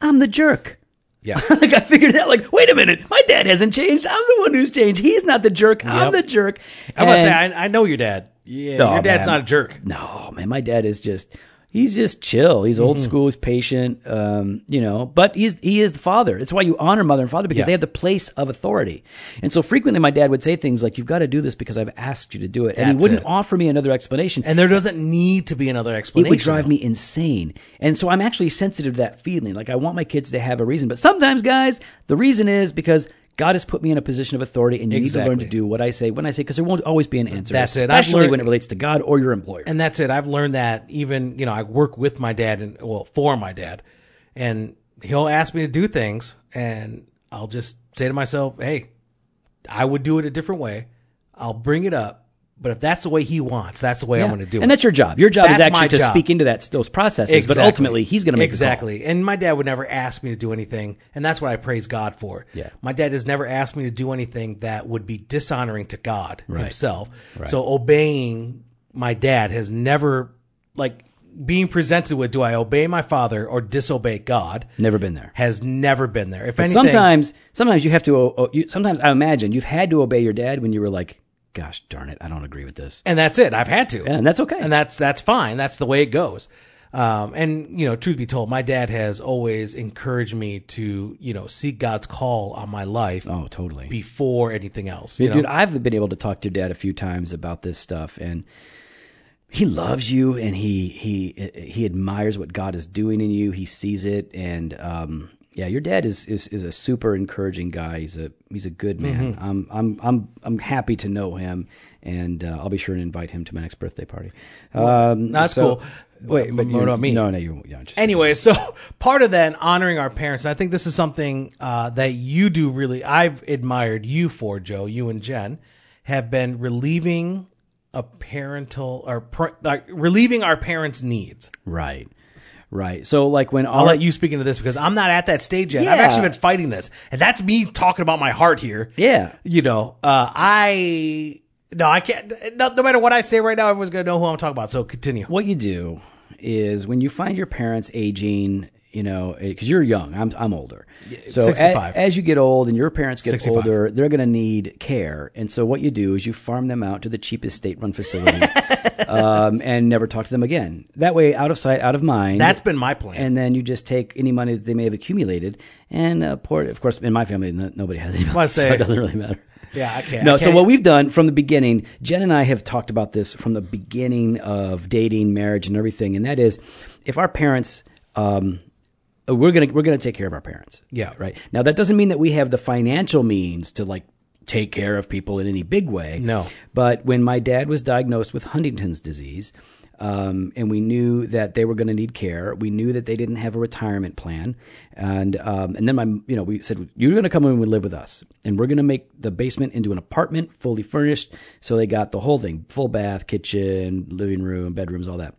Speaker 1: I'm the jerk.
Speaker 2: Yeah,
Speaker 1: (laughs) like I figured out, like, wait a minute, my dad hasn't changed. I'm the one who's changed. He's not the jerk. I'm
Speaker 2: Yep.
Speaker 1: the jerk.
Speaker 2: I must say
Speaker 1: And-
Speaker 2: I, I know your dad. Yeah,
Speaker 1: Oh,
Speaker 2: your dad's
Speaker 1: man.
Speaker 2: not a jerk.
Speaker 1: no, man, my dad is just he's just chill. He's
Speaker 2: Mm-hmm.
Speaker 1: old school, he's patient, um, you know, but he's he is the father. It's why you honor mother and father because
Speaker 2: Yeah.
Speaker 1: they have the place of authority. And so frequently my dad would say things like, You've got to do this because I've asked you to do it. and he
Speaker 2: That's
Speaker 1: wouldn't
Speaker 2: it.
Speaker 1: offer me another explanation.
Speaker 2: And there doesn't need to be another
Speaker 1: it
Speaker 2: explanation.
Speaker 1: would drive
Speaker 2: though.
Speaker 1: me insane. And so I'm actually sensitive to that feeling. Like I want my kids to have a reason. But sometimes, guys, the reason is because God has put me in a position of authority and you need to learn to
Speaker 2: Exactly.
Speaker 1: do what I say when I say, because there won't always be an answer.
Speaker 2: That's it. I've
Speaker 1: Especially
Speaker 2: learned-
Speaker 1: when it relates to God or your employer.
Speaker 2: And that's it. I've learned that even you know I work with my dad and well for my dad, and he'll ask me to do things, and I'll just say to myself, "Hey, I would do it a different way. I'll bring it up, But if that's the way he wants, that's the way I'm
Speaker 1: Yeah.
Speaker 2: going to do it.
Speaker 1: And that's your job. Your job
Speaker 2: That's
Speaker 1: is
Speaker 2: my
Speaker 1: actually to
Speaker 2: job.
Speaker 1: speak into that those processes, but ultimately he's going to make the call.
Speaker 2: exactly. And my dad would never ask me to do anything, and that's what I praise God for.
Speaker 1: Yeah.
Speaker 2: my dad has never asked me to do anything that would be dishonoring to God Himself.
Speaker 1: Right.
Speaker 2: So obeying my dad has never like being presented with do I obey my father or disobey God
Speaker 1: Never been there.
Speaker 2: has never been there. If anything,
Speaker 1: Sometimes, sometimes you have to. o- o- you- Sometimes I imagine you've had to obey your dad when you were like, "Gosh darn it, I don't agree with this,"
Speaker 2: and that's it. I've had to.
Speaker 1: and that's okay.
Speaker 2: and that's that's fine. That's the way it goes. Um, and you know, truth be told, my dad has always encouraged me to you know seek God's call on my life
Speaker 1: oh, totally.
Speaker 2: before anything else.
Speaker 1: Yeah,
Speaker 2: You know?
Speaker 1: Dude, I've been able to talk to your dad a few times about this stuff, and he loves you, and he he he admires what God is doing in you. He sees it, and um, yeah, your dad is, is is a super encouraging guy. He's a he's a good man.
Speaker 2: Mm-hmm.
Speaker 1: I'm I'm I'm I'm happy to know him, and uh, I'll be sure to invite him to my next birthday party. Um,
Speaker 2: That's cool.
Speaker 1: Wait, but
Speaker 2: What
Speaker 1: you,
Speaker 2: about me?
Speaker 1: No, no, you. Yeah, just,
Speaker 2: Anyway, so (laughs) part of that honoring our parents, I think this is something uh, that you do really. I've admired you for Joe. You and Jen have been relieving a parental or par- like relieving our parents' needs.
Speaker 1: right, right. So like when
Speaker 2: I'll
Speaker 1: all
Speaker 2: let you speak into this because I'm not at that stage yet. I've
Speaker 1: Yeah.
Speaker 2: actually been fighting this, and that's me talking about my heart here.
Speaker 1: yeah,
Speaker 2: You know, uh, I no, I can't. No, no matter what I say right now, everyone's gonna know who I'm talking about. So continue.
Speaker 1: what you do is when you find your parents aging, you know, because you're young, I'm I'm older. So a-
Speaker 2: 65.
Speaker 1: as you get old and your parents get
Speaker 2: 65.
Speaker 1: older, they're going to need care, and so what you do is you farm them out to the cheapest state-run facility, um, and never talk to them again. That way, out of sight, out of mind.
Speaker 2: That's been my plan.
Speaker 1: and then you just take any money that they may have accumulated and uh, pour it. Of course, in my family, no, nobody has any money,
Speaker 2: I
Speaker 1: so
Speaker 2: say-
Speaker 1: it doesn't really matter.
Speaker 2: Yeah, I can't-
Speaker 1: No,
Speaker 2: I
Speaker 1: so
Speaker 2: can't- e-
Speaker 1: what we've done from the beginning, Jen and I have talked about this from the beginning of dating, marriage, and everything, and that is, if our parents, um, we're gonna we're gonna take care of our parents.
Speaker 2: Yeah.
Speaker 1: right. Now that doesn't mean that we have the financial means to like take care of people in any big way.
Speaker 2: No.
Speaker 1: But when my dad was diagnosed with Huntington's disease, um, and we knew that they were going to need care, we knew that they didn't have a retirement plan, and um, and then my you know we said you're going to come in and live with us, and we're going to make the basement into an apartment, fully furnished. So they got the whole thing: full bath, kitchen, living room, bedrooms, all that.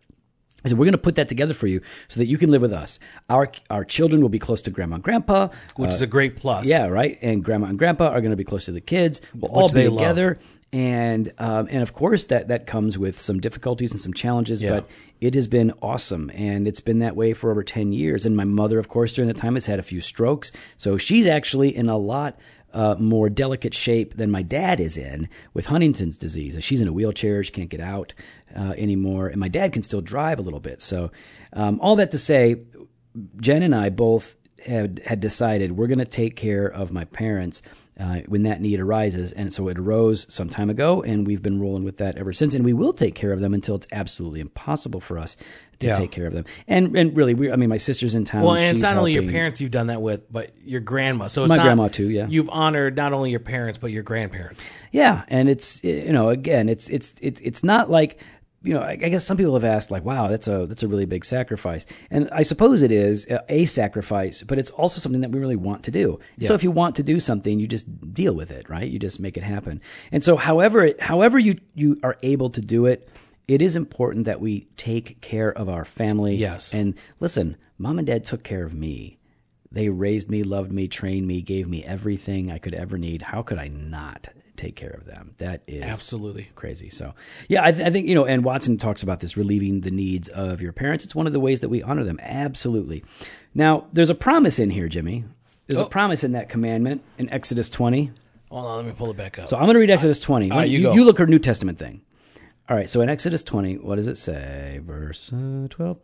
Speaker 1: I said, we're going to put that together for you so that you can live with us. Our our children will be close to grandma and grandpa.
Speaker 2: which is a great plus.
Speaker 1: Uh, Yeah, right. And grandma and grandpa are going to be close to the kids. We'll all be
Speaker 2: they love.
Speaker 1: together, and um, and of course that that comes with some difficulties and some challenges. But it has been awesome, and it's been that way for over ten years. And my mother, of course, during that time has had a few strokes, so she's actually in a lot. Uh, more delicate shape than my dad is in with Huntington's disease. She's in a wheelchair; she can't get out uh, anymore, and my dad can still drive a little bit. So, um, all that to say, Jen and I both had had decided we're going to take care of my parents uh, when that need arises, and so it arose some time ago, and we've been rolling with that ever since. And we will take care of them until it's absolutely impossible for us to
Speaker 2: Yeah.
Speaker 1: take care of them. And and really, we I mean, my sister's in town.
Speaker 2: Well, and it's
Speaker 1: she's
Speaker 2: not only your
Speaker 1: helping.
Speaker 2: parents you've done that with, but your grandma. So it's
Speaker 1: My
Speaker 2: not-
Speaker 1: grandma too, yeah.
Speaker 2: You've honored not only your parents but your grandparents.
Speaker 1: Yeah, and it's you know again, it's it's it's it's not like you know I, I guess some people have asked like, wow, that's a that's a really big sacrifice, and I suppose it is a, a sacrifice, but it's also something that we really want to do. So if you want to do something, you just deal with it, right? You just make it happen. And so however it, however you you are able to do it. It is important that we take care of our family.
Speaker 2: Yes.
Speaker 1: And listen, mom and dad took care of me. They raised me, loved me, trained me, gave me everything I could ever need. How could I not take care of them? That is
Speaker 2: Absolutely.
Speaker 1: crazy. So, yeah, I, th- I think, you know, and Watson talks about this relieving the needs of your parents. It's one of the ways that we honor them. Absolutely. Now, there's a promise in here, Jimmy. There's a promise in that commandment in Exodus 20.
Speaker 2: Hold on, let me pull it back up.
Speaker 1: So I'm going to read Exodus 20.
Speaker 2: right, you
Speaker 1: you,
Speaker 2: go.
Speaker 1: you look at New Testament thing. All right, so in Exodus 20, what does it say? Verse uh, 12.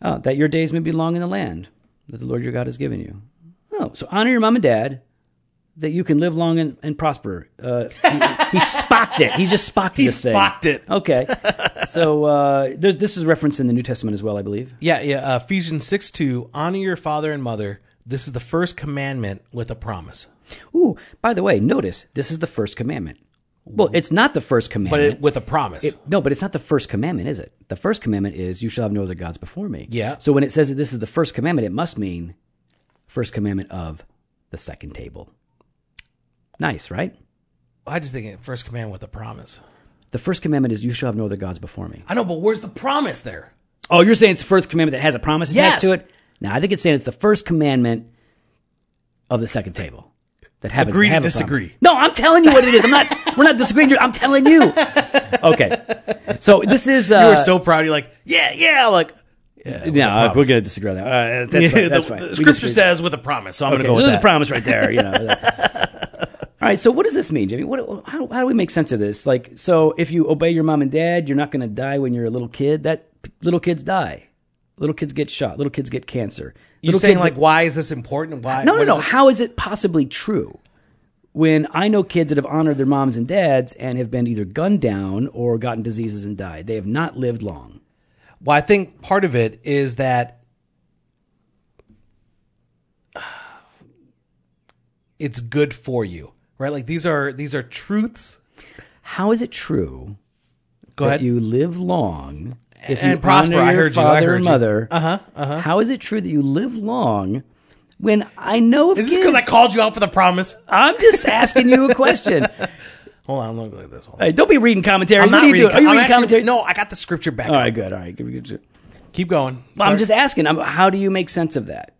Speaker 1: Uh, that your days may be long in the land that the Lord your God has given you. Oh, so honor your mom and dad that you can live long and, and prosper. Uh, he, he spocked it. He just
Speaker 2: (laughs)
Speaker 1: spocked this thing.
Speaker 2: spocked it.
Speaker 1: Okay. So uh, there's, this is referenced in the New Testament as well, I believe.
Speaker 2: yeah, yeah. Uh, Ephesians six two. Honor your father and mother. This is the first commandment with a promise,
Speaker 1: Ooh, by the way, notice this is the first commandment. Well, it's not the first
Speaker 2: but
Speaker 1: commandment.
Speaker 2: it, with a promise.
Speaker 1: No, but it's not the first commandment, is it? The first commandment is, "You shall have no other gods before me."
Speaker 2: Yeah.
Speaker 1: So when it says that this is the first commandment, it must mean first commandment of the second table. Nice, right?
Speaker 2: I just think it first commandment with a promise.
Speaker 1: The first commandment is, "You shall have no other gods before me."
Speaker 2: I know, but where's the promise there?
Speaker 1: Oh, you're saying it's the first commandment that has a promise attached
Speaker 2: Yes.
Speaker 1: to it? No, I think it's saying it's the first commandment of the second table that happens
Speaker 2: Agree
Speaker 1: to
Speaker 2: to
Speaker 1: have a promise.
Speaker 2: disagree.
Speaker 1: No, I'm telling you what it is. I'm not. we're not disagreeing. dude. I'm telling you. Okay. So this is. Uh,
Speaker 2: You were so proud. You're like, yeah, yeah. Like,
Speaker 1: no, uh, we're going to disagree on that. Uh, (laughs) that's fine.
Speaker 2: the- (laughs)
Speaker 1: That's fine.
Speaker 2: the
Speaker 1: We
Speaker 2: scripture
Speaker 1: disagree.
Speaker 2: says with a promise, so I'm
Speaker 1: Okay,
Speaker 2: going to
Speaker 1: so there's
Speaker 2: go with
Speaker 1: a
Speaker 2: that.
Speaker 1: promise right there. You know. (laughs) All right. So what does this mean, Jimmy? What, how, how do we make sense of this? Like, so if you obey your mom and dad, you're not going to die when you're a little kid. That little kids die. Little kids get shot. Little kids get cancer.
Speaker 2: You're
Speaker 1: Little
Speaker 2: saying
Speaker 1: kids-
Speaker 2: like, why is this important? Why?
Speaker 1: no,
Speaker 2: what
Speaker 1: no,
Speaker 2: is
Speaker 1: no.
Speaker 2: this-
Speaker 1: How is it possibly true? When I know kids that have honored their moms and dads and have been either gunned down or gotten diseases and died, they have not lived long.
Speaker 2: Well, I think part of it is that uh, it's good for you, right? Like these are these are truths.
Speaker 1: How is it true
Speaker 2: Go
Speaker 1: that
Speaker 2: ahead.
Speaker 1: you live long if
Speaker 2: And
Speaker 1: you
Speaker 2: prosper.
Speaker 1: honor
Speaker 2: I
Speaker 1: your
Speaker 2: heard you. I
Speaker 1: father
Speaker 2: heard
Speaker 1: and
Speaker 2: you.
Speaker 1: mother? Uh huh. Uh-huh. is it true that you live long when I know of
Speaker 2: is this because I
Speaker 1: kids-
Speaker 2: called you out for the promise?
Speaker 1: I'm just asking you a
Speaker 2: (laughs)
Speaker 1: question.
Speaker 2: Hold on, let me look at this one.
Speaker 1: Hey, don't be reading commentary.
Speaker 2: I'm
Speaker 1: what
Speaker 2: not
Speaker 1: are you
Speaker 2: reading.
Speaker 1: doing? Are you
Speaker 2: I'm
Speaker 1: reading
Speaker 2: actually-
Speaker 1: commentary?
Speaker 2: No, I got the scripture back.
Speaker 1: All right, good. All right, give me good.
Speaker 2: Keep going.
Speaker 1: Well, I'm
Speaker 2: Sorry.
Speaker 1: just asking. I'm, how do you make sense of that?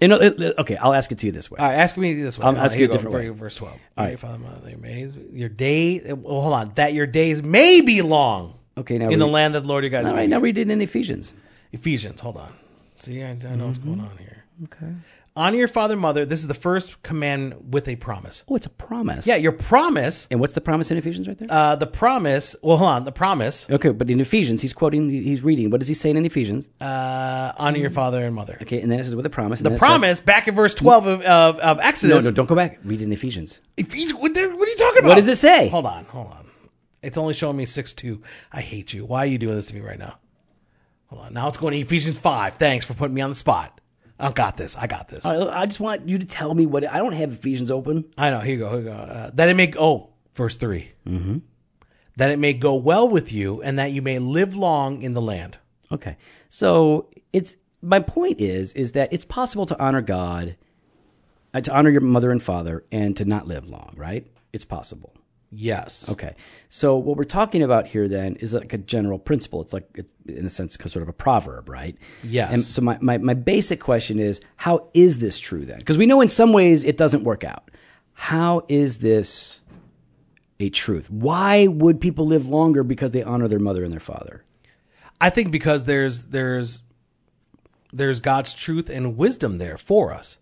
Speaker 1: You know, it- it- okay, I'll ask it to you this way.
Speaker 2: All right, ask me this way.
Speaker 1: I'm
Speaker 2: Hold on,
Speaker 1: asking
Speaker 2: here
Speaker 1: you a
Speaker 2: go,
Speaker 1: different way.
Speaker 2: Verse twelve. All right, Father, Mother, your days, your day. Well, hold on. That your days may be long
Speaker 1: Okay, now
Speaker 2: in the
Speaker 1: we-
Speaker 2: land that the Lord your God is
Speaker 1: All
Speaker 2: giving
Speaker 1: right,
Speaker 2: you.
Speaker 1: now read it in Ephesians.
Speaker 2: Ephesians. Hold on. See, I, I know what's going on here.
Speaker 1: Mm-hmm. Okay.
Speaker 2: Honor your father and mother. This is the first command with a promise.
Speaker 1: Oh, it's a promise.
Speaker 2: Yeah, your promise.
Speaker 1: And what's the promise in Ephesians right there?
Speaker 2: Uh, the promise. Well, hold on. The promise.
Speaker 1: okay, but in Ephesians, he's quoting, he- he's reading. What does he say in Ephesians?
Speaker 2: Uh, honor your father and mother.
Speaker 1: Okay, and then Mm. it says with a promise. and then
Speaker 2: The
Speaker 1: it says-
Speaker 2: promise. back in verse twelve of, of, of
Speaker 1: no,
Speaker 2: Exodus.
Speaker 1: no, don't go back. Read it in Ephesians. Oh,
Speaker 2: Ephes- what, the- what are you talking about?
Speaker 1: What does it say?
Speaker 2: Hold on. Hold on. It's only showing me six two. I hate you. Why are you doing this to me right now? Hold on. Now it's going to Ephesians five. Thanks for putting me on the spot. I got this. I got this.
Speaker 1: I, I just want you to tell me what. I don't have Ephesians open.
Speaker 2: I know. Here you go. Here you go. Uh, that it may oh verse 3 Mm-hmm. That it may go well with you, and that you may live long in the land.
Speaker 1: Okay, so it's my point is is that it's possible to honor God, uh, to honor your mother and father, and to not live long. Right? It's possible.
Speaker 2: Yes.
Speaker 1: Okay. So what we're talking about here then is like a general principle. It's like, it- in a sense, sort of a proverb, right?
Speaker 2: Yes.
Speaker 1: And so my, my, my basic question is, how is this true then? Because we know in some ways it doesn't work out. How is this a truth? Why would people live longer because they honor their mother and their father?
Speaker 2: I think because there's there's there's God's truth and wisdom there for us.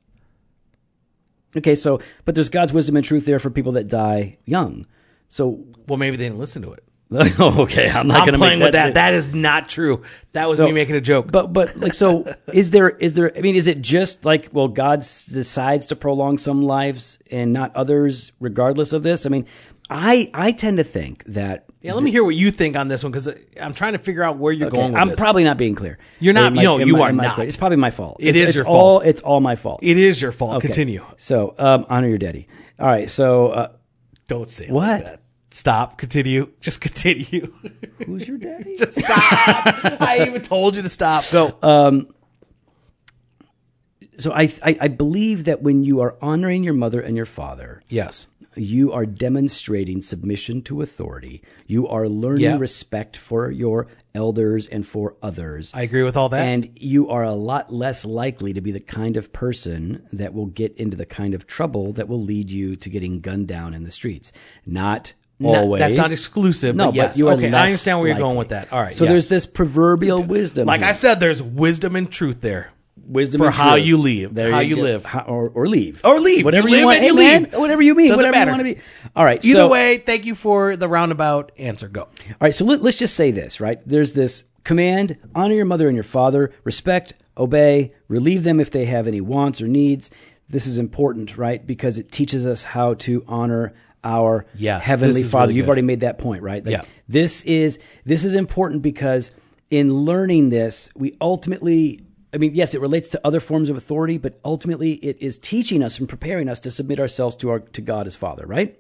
Speaker 1: Okay. So, but there's God's wisdom and truth there for people that die young. So, (laughs)
Speaker 2: Well, maybe they didn't listen to it.
Speaker 1: okay, I'm not
Speaker 2: I'm
Speaker 1: going to
Speaker 2: playing
Speaker 1: make
Speaker 2: with that.
Speaker 1: sta-
Speaker 2: That is not true. That was
Speaker 1: So-
Speaker 2: me making a joke.
Speaker 1: But but like so is there is there I mean is it just like well God s- decides to prolong some lives and not others regardless of this? I mean, I I tend to think that
Speaker 2: yeah, let me hear what you think on this one because I'm trying to figure out where you're going with
Speaker 1: I'm
Speaker 2: this.
Speaker 1: probably not being clear.
Speaker 2: You're not-
Speaker 1: In my-
Speaker 2: no,
Speaker 1: in
Speaker 2: you
Speaker 1: my-
Speaker 2: are
Speaker 1: in my
Speaker 2: not.
Speaker 1: clear- It's probably my fault.
Speaker 2: It
Speaker 1: it's,
Speaker 2: is
Speaker 1: it's
Speaker 2: your
Speaker 1: all,
Speaker 2: fault.
Speaker 1: It's all my fault.
Speaker 2: it is your fault.
Speaker 1: Okay.
Speaker 2: Continue.
Speaker 1: So um, honor your daddy. All right. So uh,
Speaker 2: Don't say it
Speaker 1: What?
Speaker 2: like that. Stop. Continue. (laughs) Just continue. (laughs)
Speaker 1: who's your daddy?
Speaker 2: Just
Speaker 1: (laughs)
Speaker 2: stop. I even told you to stop. Go.
Speaker 1: uh, so I, I I believe that when you are honoring your mother and your father,
Speaker 2: yes.
Speaker 1: you are demonstrating submission to authority. You are learning
Speaker 2: Yeah.
Speaker 1: respect for your elders and for others.
Speaker 2: I agree with all that.
Speaker 1: and you are a lot less likely to be the kind of person that will get into the kind of trouble that will lead you to getting gunned down in the streets. Not
Speaker 2: That-
Speaker 1: always.
Speaker 2: That's not exclusive.
Speaker 1: No,
Speaker 2: but yes.
Speaker 1: you are
Speaker 2: okay,
Speaker 1: less
Speaker 2: I understand where you're going
Speaker 1: likely.
Speaker 2: with that. All right.
Speaker 1: So
Speaker 2: yes.
Speaker 1: there's this proverbial wisdom.
Speaker 2: like
Speaker 1: here.
Speaker 2: I said, there's wisdom and truth there.
Speaker 1: wisdom
Speaker 2: for
Speaker 1: and
Speaker 2: how
Speaker 1: truth.
Speaker 2: you live, how you
Speaker 1: go.
Speaker 2: live.
Speaker 1: How- or, or leave,
Speaker 2: Or leave.
Speaker 1: whatever
Speaker 2: You
Speaker 1: you,
Speaker 2: live
Speaker 1: want.
Speaker 2: and you
Speaker 1: Hey, man,
Speaker 2: leave.
Speaker 1: whatever you mean,
Speaker 2: Doesn't
Speaker 1: whatever
Speaker 2: matter.
Speaker 1: you want to be. All right.
Speaker 2: Either
Speaker 1: so-
Speaker 2: way, thank you for the roundabout answer. Go.
Speaker 1: All right, so let, us just say this, right? There's this command honor your mother and your father, respect, obey, relieve them if they have any wants or needs. This is important, right? Because it teaches us how to honor our
Speaker 2: Yes,
Speaker 1: heavenly
Speaker 2: this is
Speaker 1: father.
Speaker 2: really
Speaker 1: You've
Speaker 2: good.
Speaker 1: already made that point, right? Like,
Speaker 2: Yeah.
Speaker 1: This is this is important because in learning this, we ultimately I mean, yes, it relates to other forms of authority, but ultimately it is teaching us and preparing us to submit ourselves to our to God as Father, right?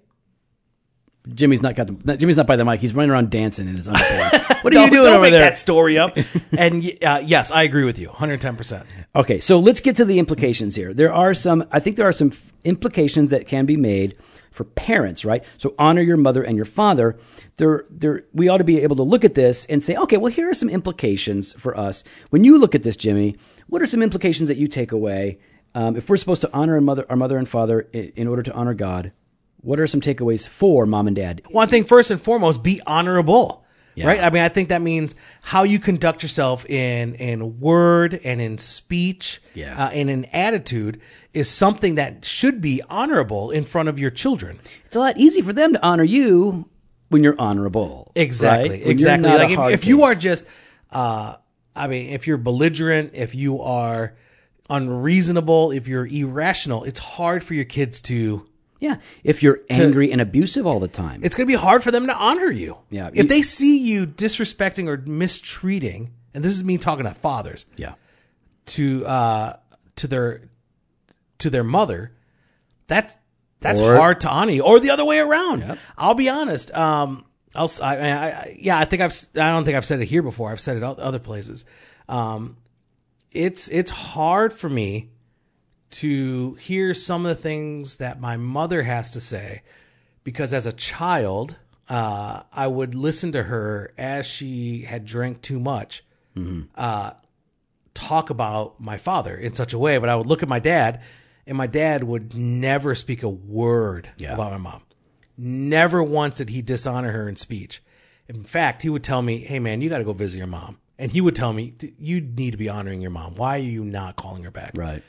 Speaker 1: Jimmy's not got the Jimmy's not by the mic. He's running around dancing in his
Speaker 2: (laughs)
Speaker 1: underpants. What are you
Speaker 2: Don't-
Speaker 1: doing
Speaker 2: don't
Speaker 1: over
Speaker 2: make
Speaker 1: there?
Speaker 2: that story
Speaker 1: (laughs)
Speaker 2: up. and y- uh, yes, I agree with you, 110%.
Speaker 1: Okay, so let's get to the implications here. There are some, I think there are some f- implications that can be made for parents, right? So honor your mother and your father. There, there, we ought to be able to look at this and say, okay, well, here are some implications for us. When you look at this, Jimmy, what are some implications that you take away? Um, if we're supposed to honor our mother, our mother and father i- in order to honor God, what are some takeaways for mom and dad?
Speaker 2: Well, I think first and foremost, be honorable.
Speaker 1: Yeah.
Speaker 2: Right? I mean, I think that means how you conduct yourself in in word and in speech
Speaker 1: Yeah.
Speaker 2: uh, and in attitude is something that should be honorable in front of your children.
Speaker 1: It's a lot easy for them to honor you when you're honorable. right?
Speaker 2: Exactly.
Speaker 1: When you're
Speaker 2: Exactly.
Speaker 1: not a
Speaker 2: Like if,
Speaker 1: hard
Speaker 2: if you
Speaker 1: case.
Speaker 2: are just, uh, I mean, if you're belligerent, if you are unreasonable, if you're irrational, it's hard for your kids to.
Speaker 1: Yeah, if you're angry and abusive all the time.
Speaker 2: It's going to be hard for them to honor you.
Speaker 1: Yeah.
Speaker 2: If they see you disrespecting or mistreating, and this is me talking to fathers
Speaker 1: yeah,
Speaker 2: to uh, to their to their mother, that's that's
Speaker 1: Or-
Speaker 2: hard to honor you. Or the other way around. I'll be honest. Um, I'll, s- I, I- I- yeah, I think I've s- I don't think I've said it here before. I've said it oth- other places. Um, it's it's hard for me to hear some of the things that my mother has to say because as a child, uh, I would listen to her as she had drank too much
Speaker 1: Mm-hmm.
Speaker 2: uh, talk about my father in such a way, but I would look at my dad, and my dad would never speak a word
Speaker 1: Yeah.
Speaker 2: about my mom. Never once did he dishonor her in speech. In fact, he would tell me, "Hey, man, you got to go visit your mom," and he would tell me, "D- "You need to be honoring your mom. Why are you not calling her back?"
Speaker 1: right.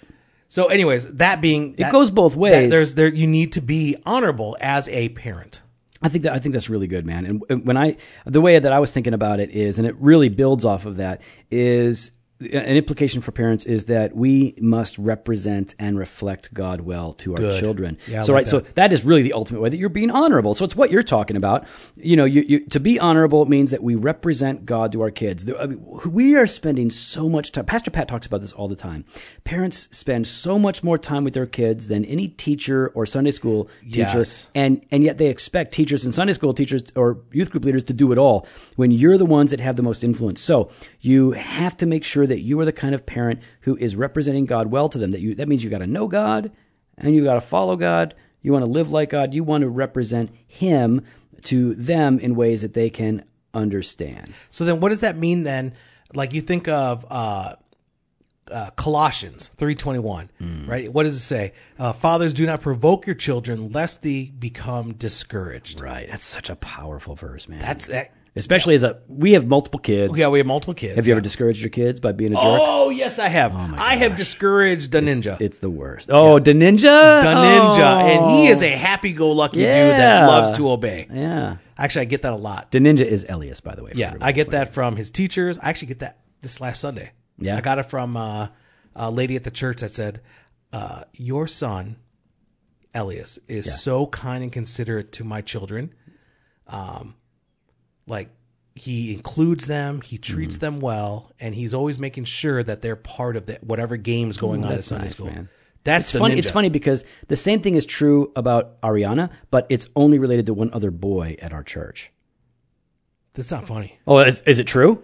Speaker 2: So, anyways, that being that,
Speaker 1: It goes both
Speaker 2: that
Speaker 1: ways.
Speaker 2: there's there you need to be honorable as a parent.
Speaker 1: I think that I think that's really good, man. And- And when I the way that I was thinking about it is, and it really builds off of that, is uh, an implication for parents is that we must represent and reflect God well to our children.
Speaker 2: Yeah, I
Speaker 1: so
Speaker 2: like
Speaker 1: right, so that is really the ultimate way that you're being honorable. So it's what you're talking about. You know, you, you, to be honorable means that we represent God to our kids. The- I mean, we are spending so much time. Pastor Pat talks about this all the time. Parents spend so much more time with their kids than any teacher or Sunday school teacher
Speaker 2: Yes.
Speaker 1: and and yet they expect teachers and Sunday school teachers or youth group leaders to do it all when you're the ones that have the most influence. So you have to make sure that you are the kind of parent who is representing God well to them. That you that means you got to know God and you got to follow God. You want to live like God. You want to represent Him to them in ways that they can understand.
Speaker 2: So then, what does that mean then? Like you think of uh, uh, Colossians three twenty one,
Speaker 1: Mm.
Speaker 2: right? What does it say? Uh, Fathers, do not provoke your children, lest they become discouraged.
Speaker 1: Right. That's such a powerful verse, man. Oh,
Speaker 2: That's that.
Speaker 1: especially as a we have multiple kids.
Speaker 2: Yeah, we have multiple kids.
Speaker 1: Have you ever discouraged your kids by being a jerk?
Speaker 2: oh yes, I have. I have discouraged a ninja.
Speaker 1: It's the worst. Oh, the ninja. Oh.
Speaker 2: a ninja, and he is
Speaker 1: a
Speaker 2: a happy-go-lucky dude
Speaker 1: Yeah.
Speaker 2: that loves to obey.
Speaker 1: yeah.
Speaker 2: Actually, I get that a lot.
Speaker 1: The ninja is Elias, by the way. for
Speaker 2: Yeah,
Speaker 1: everybody.
Speaker 2: I get that from his teachers. I actually get that this last Sunday.
Speaker 1: Yeah.
Speaker 2: I got it from uh, a lady at the church that said, uh, "Your son, Elias, is so kind and considerate to my children. Um, like he includes them, he treats
Speaker 1: Mm-hmm.
Speaker 2: them well, and he's always making sure that they're part of the, whatever game's going on at Sunday
Speaker 1: nice,
Speaker 2: school.
Speaker 1: man.
Speaker 2: That's
Speaker 1: It's
Speaker 2: the
Speaker 1: funny.
Speaker 2: ninja.
Speaker 1: It's funny because the same thing is true about Ariana, but it's only related to one other boy at our church.
Speaker 2: That's not funny.
Speaker 1: Oh, is, is it true?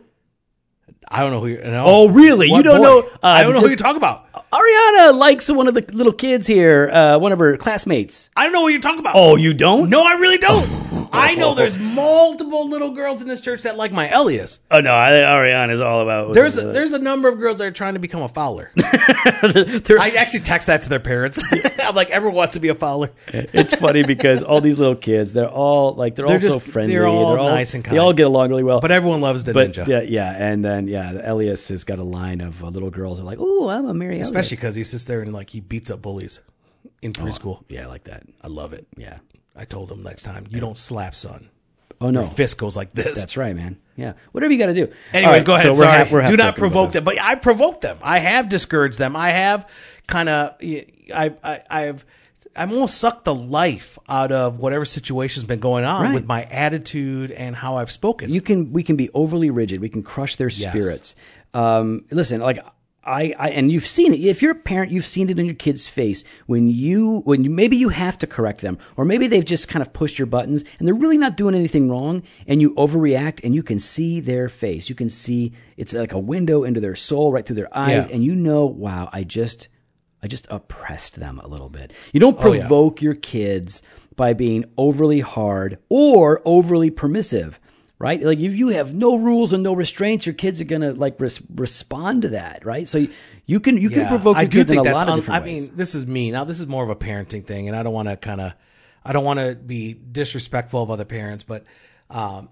Speaker 2: I don't know who. You're, no.
Speaker 1: Oh, really? You
Speaker 2: What
Speaker 1: don't
Speaker 2: boy?
Speaker 1: know? uh,
Speaker 2: I don't know who
Speaker 1: just-
Speaker 2: you're talking about.
Speaker 1: Ariana likes one of the little kids here, uh, one of her classmates.
Speaker 2: I don't know what you're talking about.
Speaker 1: Oh, you don't?
Speaker 2: No, I
Speaker 1: (laughs)
Speaker 2: really don't. I know there's multiple little girls in this church that like my Elias.
Speaker 1: Oh no, I, Ariana's all about.
Speaker 2: There's a, there's a number of girls that are trying to become a fowler. I actually text that to their parents. (laughs) I'm like, everyone wants to be a fowler.
Speaker 1: (laughs) it's funny because all these little kids, they're all like they're, all
Speaker 2: just-
Speaker 1: so friendly.
Speaker 2: they're all nice and
Speaker 1: They
Speaker 2: kind.
Speaker 1: all get along really well.
Speaker 2: But everyone loves the
Speaker 1: But
Speaker 2: ninja,
Speaker 1: yeah, yeah, and then yeah, Elias has got a line of uh, little girls who are like, "Oh, I'm a Mary." Elias."
Speaker 2: especially because he sits there and like he beats up bullies in preschool.
Speaker 1: yeah, I like that.
Speaker 2: I love it.
Speaker 1: Yeah.
Speaker 2: I told him next time, you don't slap, son.
Speaker 1: Oh no,
Speaker 2: Fist goes like this.
Speaker 1: that's right, man. Yeah, whatever you got to do.
Speaker 2: Anyways,
Speaker 1: All right,
Speaker 2: go ahead.
Speaker 1: so we're
Speaker 2: Sorry,
Speaker 1: half- we're half
Speaker 2: do not
Speaker 1: joking about
Speaker 2: provoke
Speaker 1: this.
Speaker 2: them. But I provoked them. I have discouraged them. I have kind of, I, I, I've, I'm almost sucked the life out of whatever situation's been going on
Speaker 1: Right.
Speaker 2: with my attitude and how I've spoken.
Speaker 1: You can we can be overly rigid. We can crush their spirits. Um, listen, like I, I and you've seen it. If you're a parent, you've seen it in your kid's face when you when you, maybe you have to correct them, or maybe they've just kind of pushed your buttons and they're really not doing anything wrong, and you overreact, and you can see their face. You can see it's like a window into their soul, right through their eyes,
Speaker 2: Yeah.
Speaker 1: and you know, wow, I just I just oppressed them a little bit. You don't
Speaker 2: Oh, yeah.
Speaker 1: provoke your kids by being overly hard or overly permissive, right? Like if you have no rules and no restraints, your kids are gonna like res- respond to that, right? So you, you can you can provoke your
Speaker 2: I do
Speaker 1: kids
Speaker 2: think
Speaker 1: in a
Speaker 2: that's
Speaker 1: lot of
Speaker 2: un-
Speaker 1: different
Speaker 2: I
Speaker 1: ways.
Speaker 2: mean, this is me. Now this is more of a parenting thing, and I don't want to kind of, I don't want to be disrespectful of other parents, but um,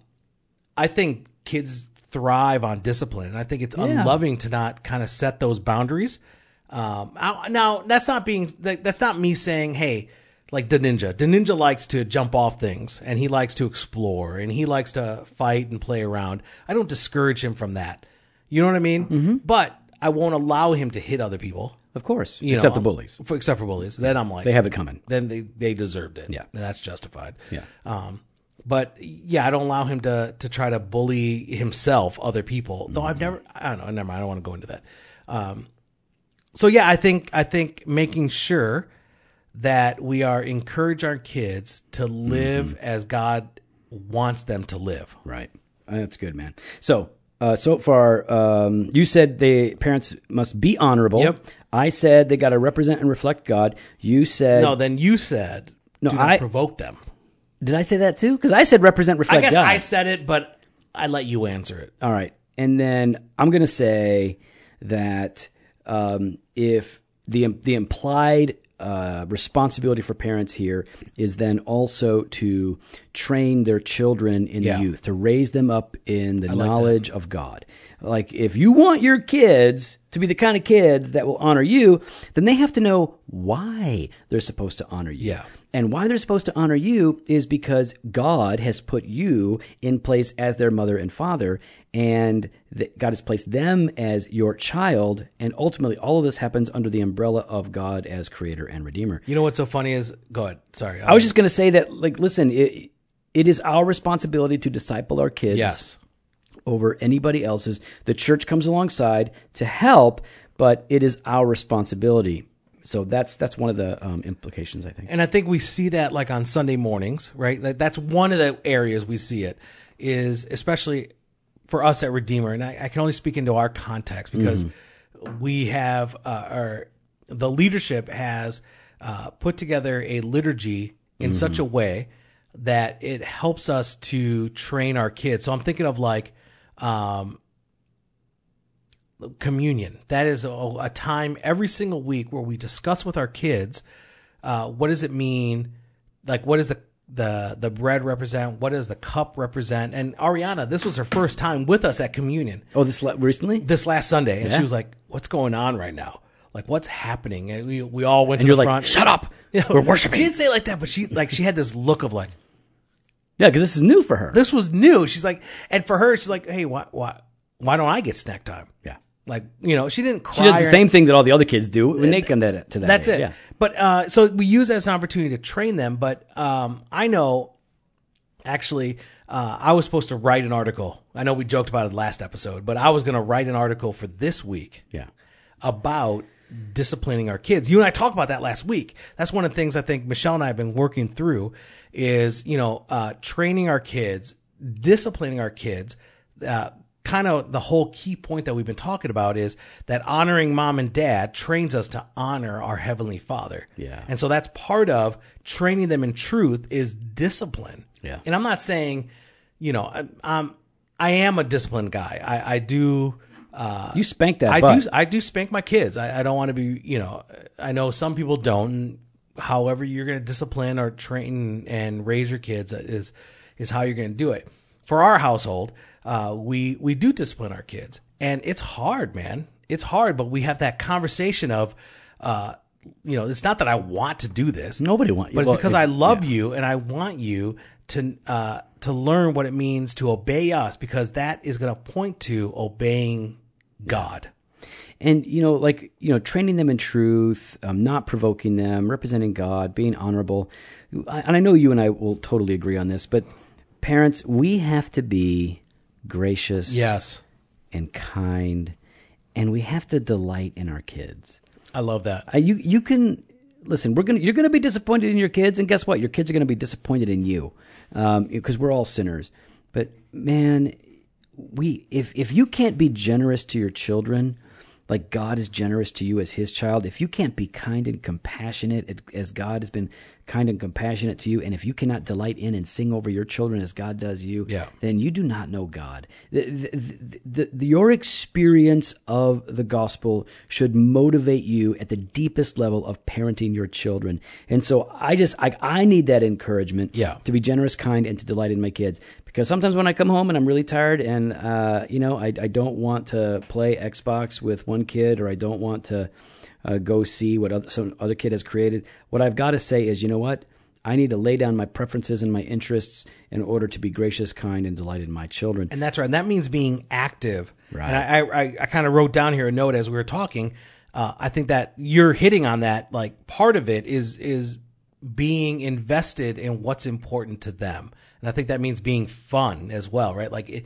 Speaker 2: I think kids thrive on discipline, and I think it's unloving to not kind of set those boundaries. Um, I, now that's not being that, that's not me saying, hey, like the ninja. The ninja likes to jump off things, and he likes to explore, and he likes to fight and play around. I don't discourage him from that. You know what I mean?
Speaker 1: Mm-hmm.
Speaker 2: But I won't allow him to hit other people.
Speaker 1: of course,
Speaker 2: you know,
Speaker 1: except the
Speaker 2: I'm-
Speaker 1: bullies,
Speaker 2: For, except for bullies. Then I'm like,
Speaker 1: they have it coming.
Speaker 2: then they, they deserved it.
Speaker 1: Yeah.
Speaker 2: And that's justified.
Speaker 1: Yeah.
Speaker 2: Um, but yeah, I don't allow him to to try to bully himself, other people. Though I've never, I don't know. Never mind. I don't want to go into that. Um, so yeah, I think I think making sure that we are encourage our kids to live
Speaker 1: Mm-hmm.
Speaker 2: as God wants them to live.
Speaker 1: Right. Uh, That's good, man. So, uh, so far, um, you said the parents must be honorable.
Speaker 2: Yep.
Speaker 1: I said they got to represent and reflect God. You said,
Speaker 2: No, then you said,
Speaker 1: No,
Speaker 2: do not
Speaker 1: I-
Speaker 2: provoke them.
Speaker 1: did I say that too? Because I said represent, reflect
Speaker 2: I guess
Speaker 1: God.
Speaker 2: I said it, but I let you answer it.
Speaker 1: All right. And then I'm going to say that um, if the the implied uh, responsibility for parents here is then also to train their children in
Speaker 2: Yeah.
Speaker 1: the youth, to raise them up in the knowledge of God. Like, if you want your kids to be the kind of kids that will honor you, then they have to know why they're supposed to honor you.
Speaker 2: Yeah.
Speaker 1: And why they're supposed to honor you is because God has put you in place as their mother and father, and that God has placed them as your child. And ultimately, all of this happens under the umbrella of God as creator and redeemer.
Speaker 2: You know what's so funny is, go ahead. Sorry.
Speaker 1: I was just going to say that, like, listen, it, it is our responsibility to disciple our kids
Speaker 2: yes.
Speaker 1: over anybody else's. The church comes alongside to help, but it is our responsibility. So that's that's one of the um, implications, I think.
Speaker 2: And I think we see that like on Sunday mornings, right? Like, that's one of the areas we see it is especially for us at Redeemer. And I, I can only speak into our context because we have uh, our the leadership has uh, put together a liturgy in such a way that it helps us to train our kids. So I'm thinking of like um, communion. That is a, a time every single week where we discuss with our kids uh, what does it mean, like what does the the the bread represent, what does the cup represent, and Ariana, this was her first time with us at communion
Speaker 1: Oh, this le- recently?
Speaker 2: this last Sunday, and she was like, "What's going on right now? Like, what's happening?" And we we all went to
Speaker 1: you're
Speaker 2: the
Speaker 1: like,
Speaker 2: (laughs) front.
Speaker 1: "Shut up! We're worshiping."
Speaker 2: She didn't say it like that, but she like she had this look of like
Speaker 1: Yeah, because this is new for her.
Speaker 2: this was new. She's like, and for her, she's like, "Hey, why why why don't I get snack time?"
Speaker 1: yeah.
Speaker 2: Like you know, she didn't cry.
Speaker 1: She does the
Speaker 2: or
Speaker 1: same thing that all the other kids do when they come that, to that.
Speaker 2: That's
Speaker 1: age,
Speaker 2: it.
Speaker 1: Yeah.
Speaker 2: But uh, so we use that as an opportunity to train them. But um, I know, actually, uh, I was supposed to write an article. I know we joked about it last episode, but I was going to write an article for this week
Speaker 1: Yeah.
Speaker 2: about disciplining our kids. You and I talked about that last week. That's one of the things I think Michelle and I have been working through is, you know, uh, training our kids, disciplining our kids. Uh, kind of the whole key point that we've been talking about is that honoring mom and dad trains us to honor our heavenly father.
Speaker 1: Yeah.
Speaker 2: And so that's part of training them in truth is discipline.
Speaker 1: Yeah.
Speaker 2: And I'm not saying, you know, I, I'm, I am a disciplined guy. I, I do, uh,
Speaker 1: You spank that
Speaker 2: I
Speaker 1: butt.
Speaker 2: do. I do spank my kids. I, I don't want to be. You know, I know some people don't. and However, you're going to discipline or train and raise your kids is is how you're going to do it. For our household, uh, we we do discipline our kids, and it's hard, man. It's hard, but we have that conversation of, uh, you know, it's not that I want to do this.
Speaker 1: Nobody wants
Speaker 2: But it's because I love you and I want you to uh, to learn what it means to obey us because that is going to point to obeying God.
Speaker 1: and you know like you know training them in truth um, not provoking them representing god being honorable I, and i know you and i will totally agree on this but parents we have to be gracious
Speaker 2: Yes.
Speaker 1: and kind and we have to delight in our kids.
Speaker 2: I love that.
Speaker 1: Uh, you you can listen. We're gonna you're gonna be disappointed in your kids, and guess what? Your kids are gonna be disappointed in you, because we're all sinners. But man, we if if you can't be generous to your children, like God is generous to you as His child, if you can't be kind and compassionate as God has been kind and compassionate to you, and if you cannot delight in and sing over your children as God does you,
Speaker 2: Yeah.
Speaker 1: then you do not know God. The, the, the, the- the- your experience of the gospel should motivate you at the deepest level of parenting your children. And so I just, I, I need that encouragement
Speaker 2: Yeah.
Speaker 1: to be generous, kind, and to delight in my kids. Because sometimes when I come home and I'm really tired and, uh, you know, I, I don't want to play Xbox with one kid or I don't want to uh, go see what other, some other kid has created, what I've got to say is, you know what? I need to lay down my preferences and my interests in order to be gracious, kind, and delight in my children.
Speaker 2: And that's right. And that means being active.
Speaker 1: Right.
Speaker 2: And I, I, I kind of wrote down here a note as we were talking. Uh, I think that you're hitting on that. Like part of it is, is being invested in what's important to them. And I think that means being fun as well, right? Like it,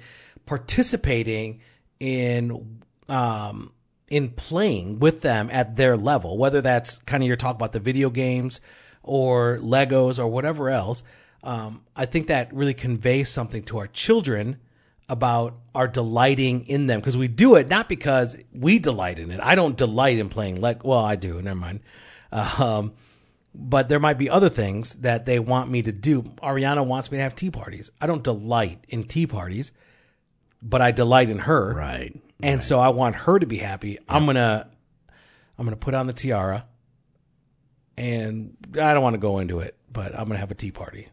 Speaker 2: participating in, um, in playing with them at their level, whether that's kind of your talk about the video games or Legos or whatever else. Um, I think that really conveys something to our children about our delighting in them because we do it not because we delight in it. I don't delight in playing Leg. Well, I do. Never mind. Um, but there might be other things that they want me to do. Ariana wants me to have tea parties. I don't delight in tea parties, but I delight in her
Speaker 1: Right.
Speaker 2: and so I want her to be happy. I'm gonna, I'm gonna put on the tiara, and I don't want to go into it, but I'm gonna have a tea party.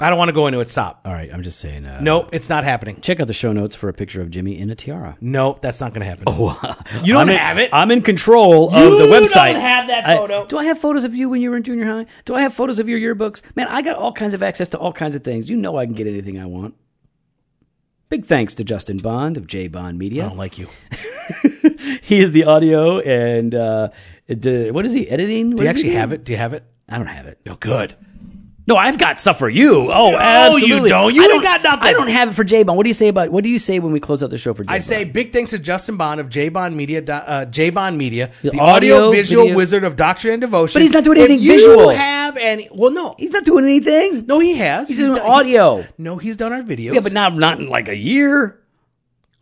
Speaker 2: I don't want to go into it. Stop.
Speaker 1: All right. I'm just saying. Uh,
Speaker 2: Nope, it's not happening.
Speaker 1: Check out the show notes for a picture of Jimmy in a tiara.
Speaker 2: Nope, that's not gonna happen. you don't
Speaker 1: I'm in-
Speaker 2: have it.
Speaker 1: I'm in control
Speaker 2: You
Speaker 1: of the website.
Speaker 2: don't have that
Speaker 1: I-
Speaker 2: photo.
Speaker 1: do I have photos of you when you were in junior high? Do I have photos of your yearbooks? Man, I got all kinds of access to all kinds of things. You know I can get anything I want. Big thanks to Justin Bond of J Bond
Speaker 2: I
Speaker 1: Media.
Speaker 2: don't like you.
Speaker 1: Oh. He is the audio and uh, d- what is he editing? What
Speaker 2: Do you
Speaker 1: is he
Speaker 2: actually
Speaker 1: doing?
Speaker 2: have it? Do you have it?
Speaker 1: I don't have it.
Speaker 2: No, good.
Speaker 1: No, I've got stuff for you. Oh,
Speaker 2: you
Speaker 1: absolutely.
Speaker 2: don't. You
Speaker 1: I
Speaker 2: ain't got nothing.
Speaker 1: I don't have it for J Bond. What do you say about? What do you say when we close out the show for J
Speaker 2: I
Speaker 1: Bond?
Speaker 2: say big thanks to Justin Bond of J Bond Media, do- uh, J Bond Media, the,
Speaker 1: audio,
Speaker 2: audio, visual
Speaker 1: video-
Speaker 2: wizard of Doctrine and Devotion.
Speaker 1: But he's not doing
Speaker 2: If
Speaker 1: anything
Speaker 2: you
Speaker 1: visual.
Speaker 2: Have any? Well, no,
Speaker 1: He's not doing anything.
Speaker 2: no, he has.
Speaker 1: He's doing
Speaker 2: done-
Speaker 1: audio.
Speaker 2: No, he's done our videos.
Speaker 1: Yeah, but not not in like a year.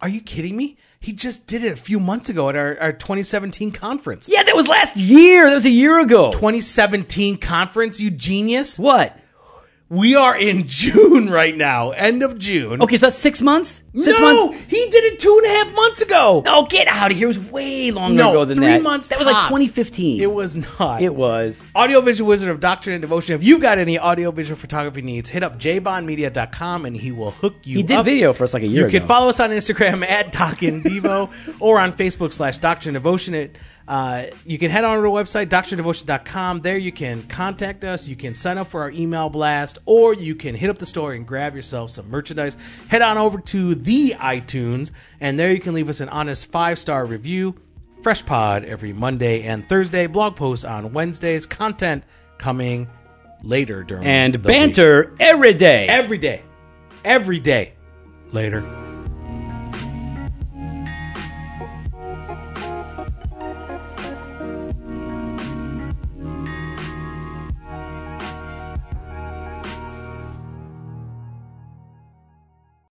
Speaker 2: Are you kidding me? He just did it a few months ago at our, our 2017 conference.
Speaker 1: Yeah, that was last year. That was a year ago.
Speaker 2: 2017 conference, you genius.
Speaker 1: What?
Speaker 2: We are in June right now, end of June.
Speaker 1: Okay, so that's six months. Six
Speaker 2: no,
Speaker 1: months.
Speaker 2: he did it two and a half months ago.
Speaker 1: No, get out of here. It was way longer
Speaker 2: No,
Speaker 1: ago than
Speaker 2: three
Speaker 1: that.
Speaker 2: months
Speaker 1: That was like
Speaker 2: tops.
Speaker 1: 2015.
Speaker 2: It was not.
Speaker 1: It was.
Speaker 2: Audiovisual Wizard of Doctrine and Devotion. If you've got any audiovisual photography needs, hit up jbondmedia.com and he will hook you
Speaker 1: He did
Speaker 2: up.
Speaker 1: video for us like a year
Speaker 2: You
Speaker 1: ago.
Speaker 2: can follow us on Instagram (laughs) at Doc and Devo or on Facebook slash Doctrine Devotion. It, uh, you can head on to our website, doctrinedevotion.com. There you can contact us. You can sign up for our email blast or you can hit up the store and grab yourself some merchandise. Head on over to the iTunes and there you can leave us an honest five star review. Fresh pod every Monday and Thursday, blog posts on Wednesdays, content coming later during
Speaker 1: and
Speaker 2: the week.
Speaker 1: banter every day.
Speaker 2: every day. Every day. Later.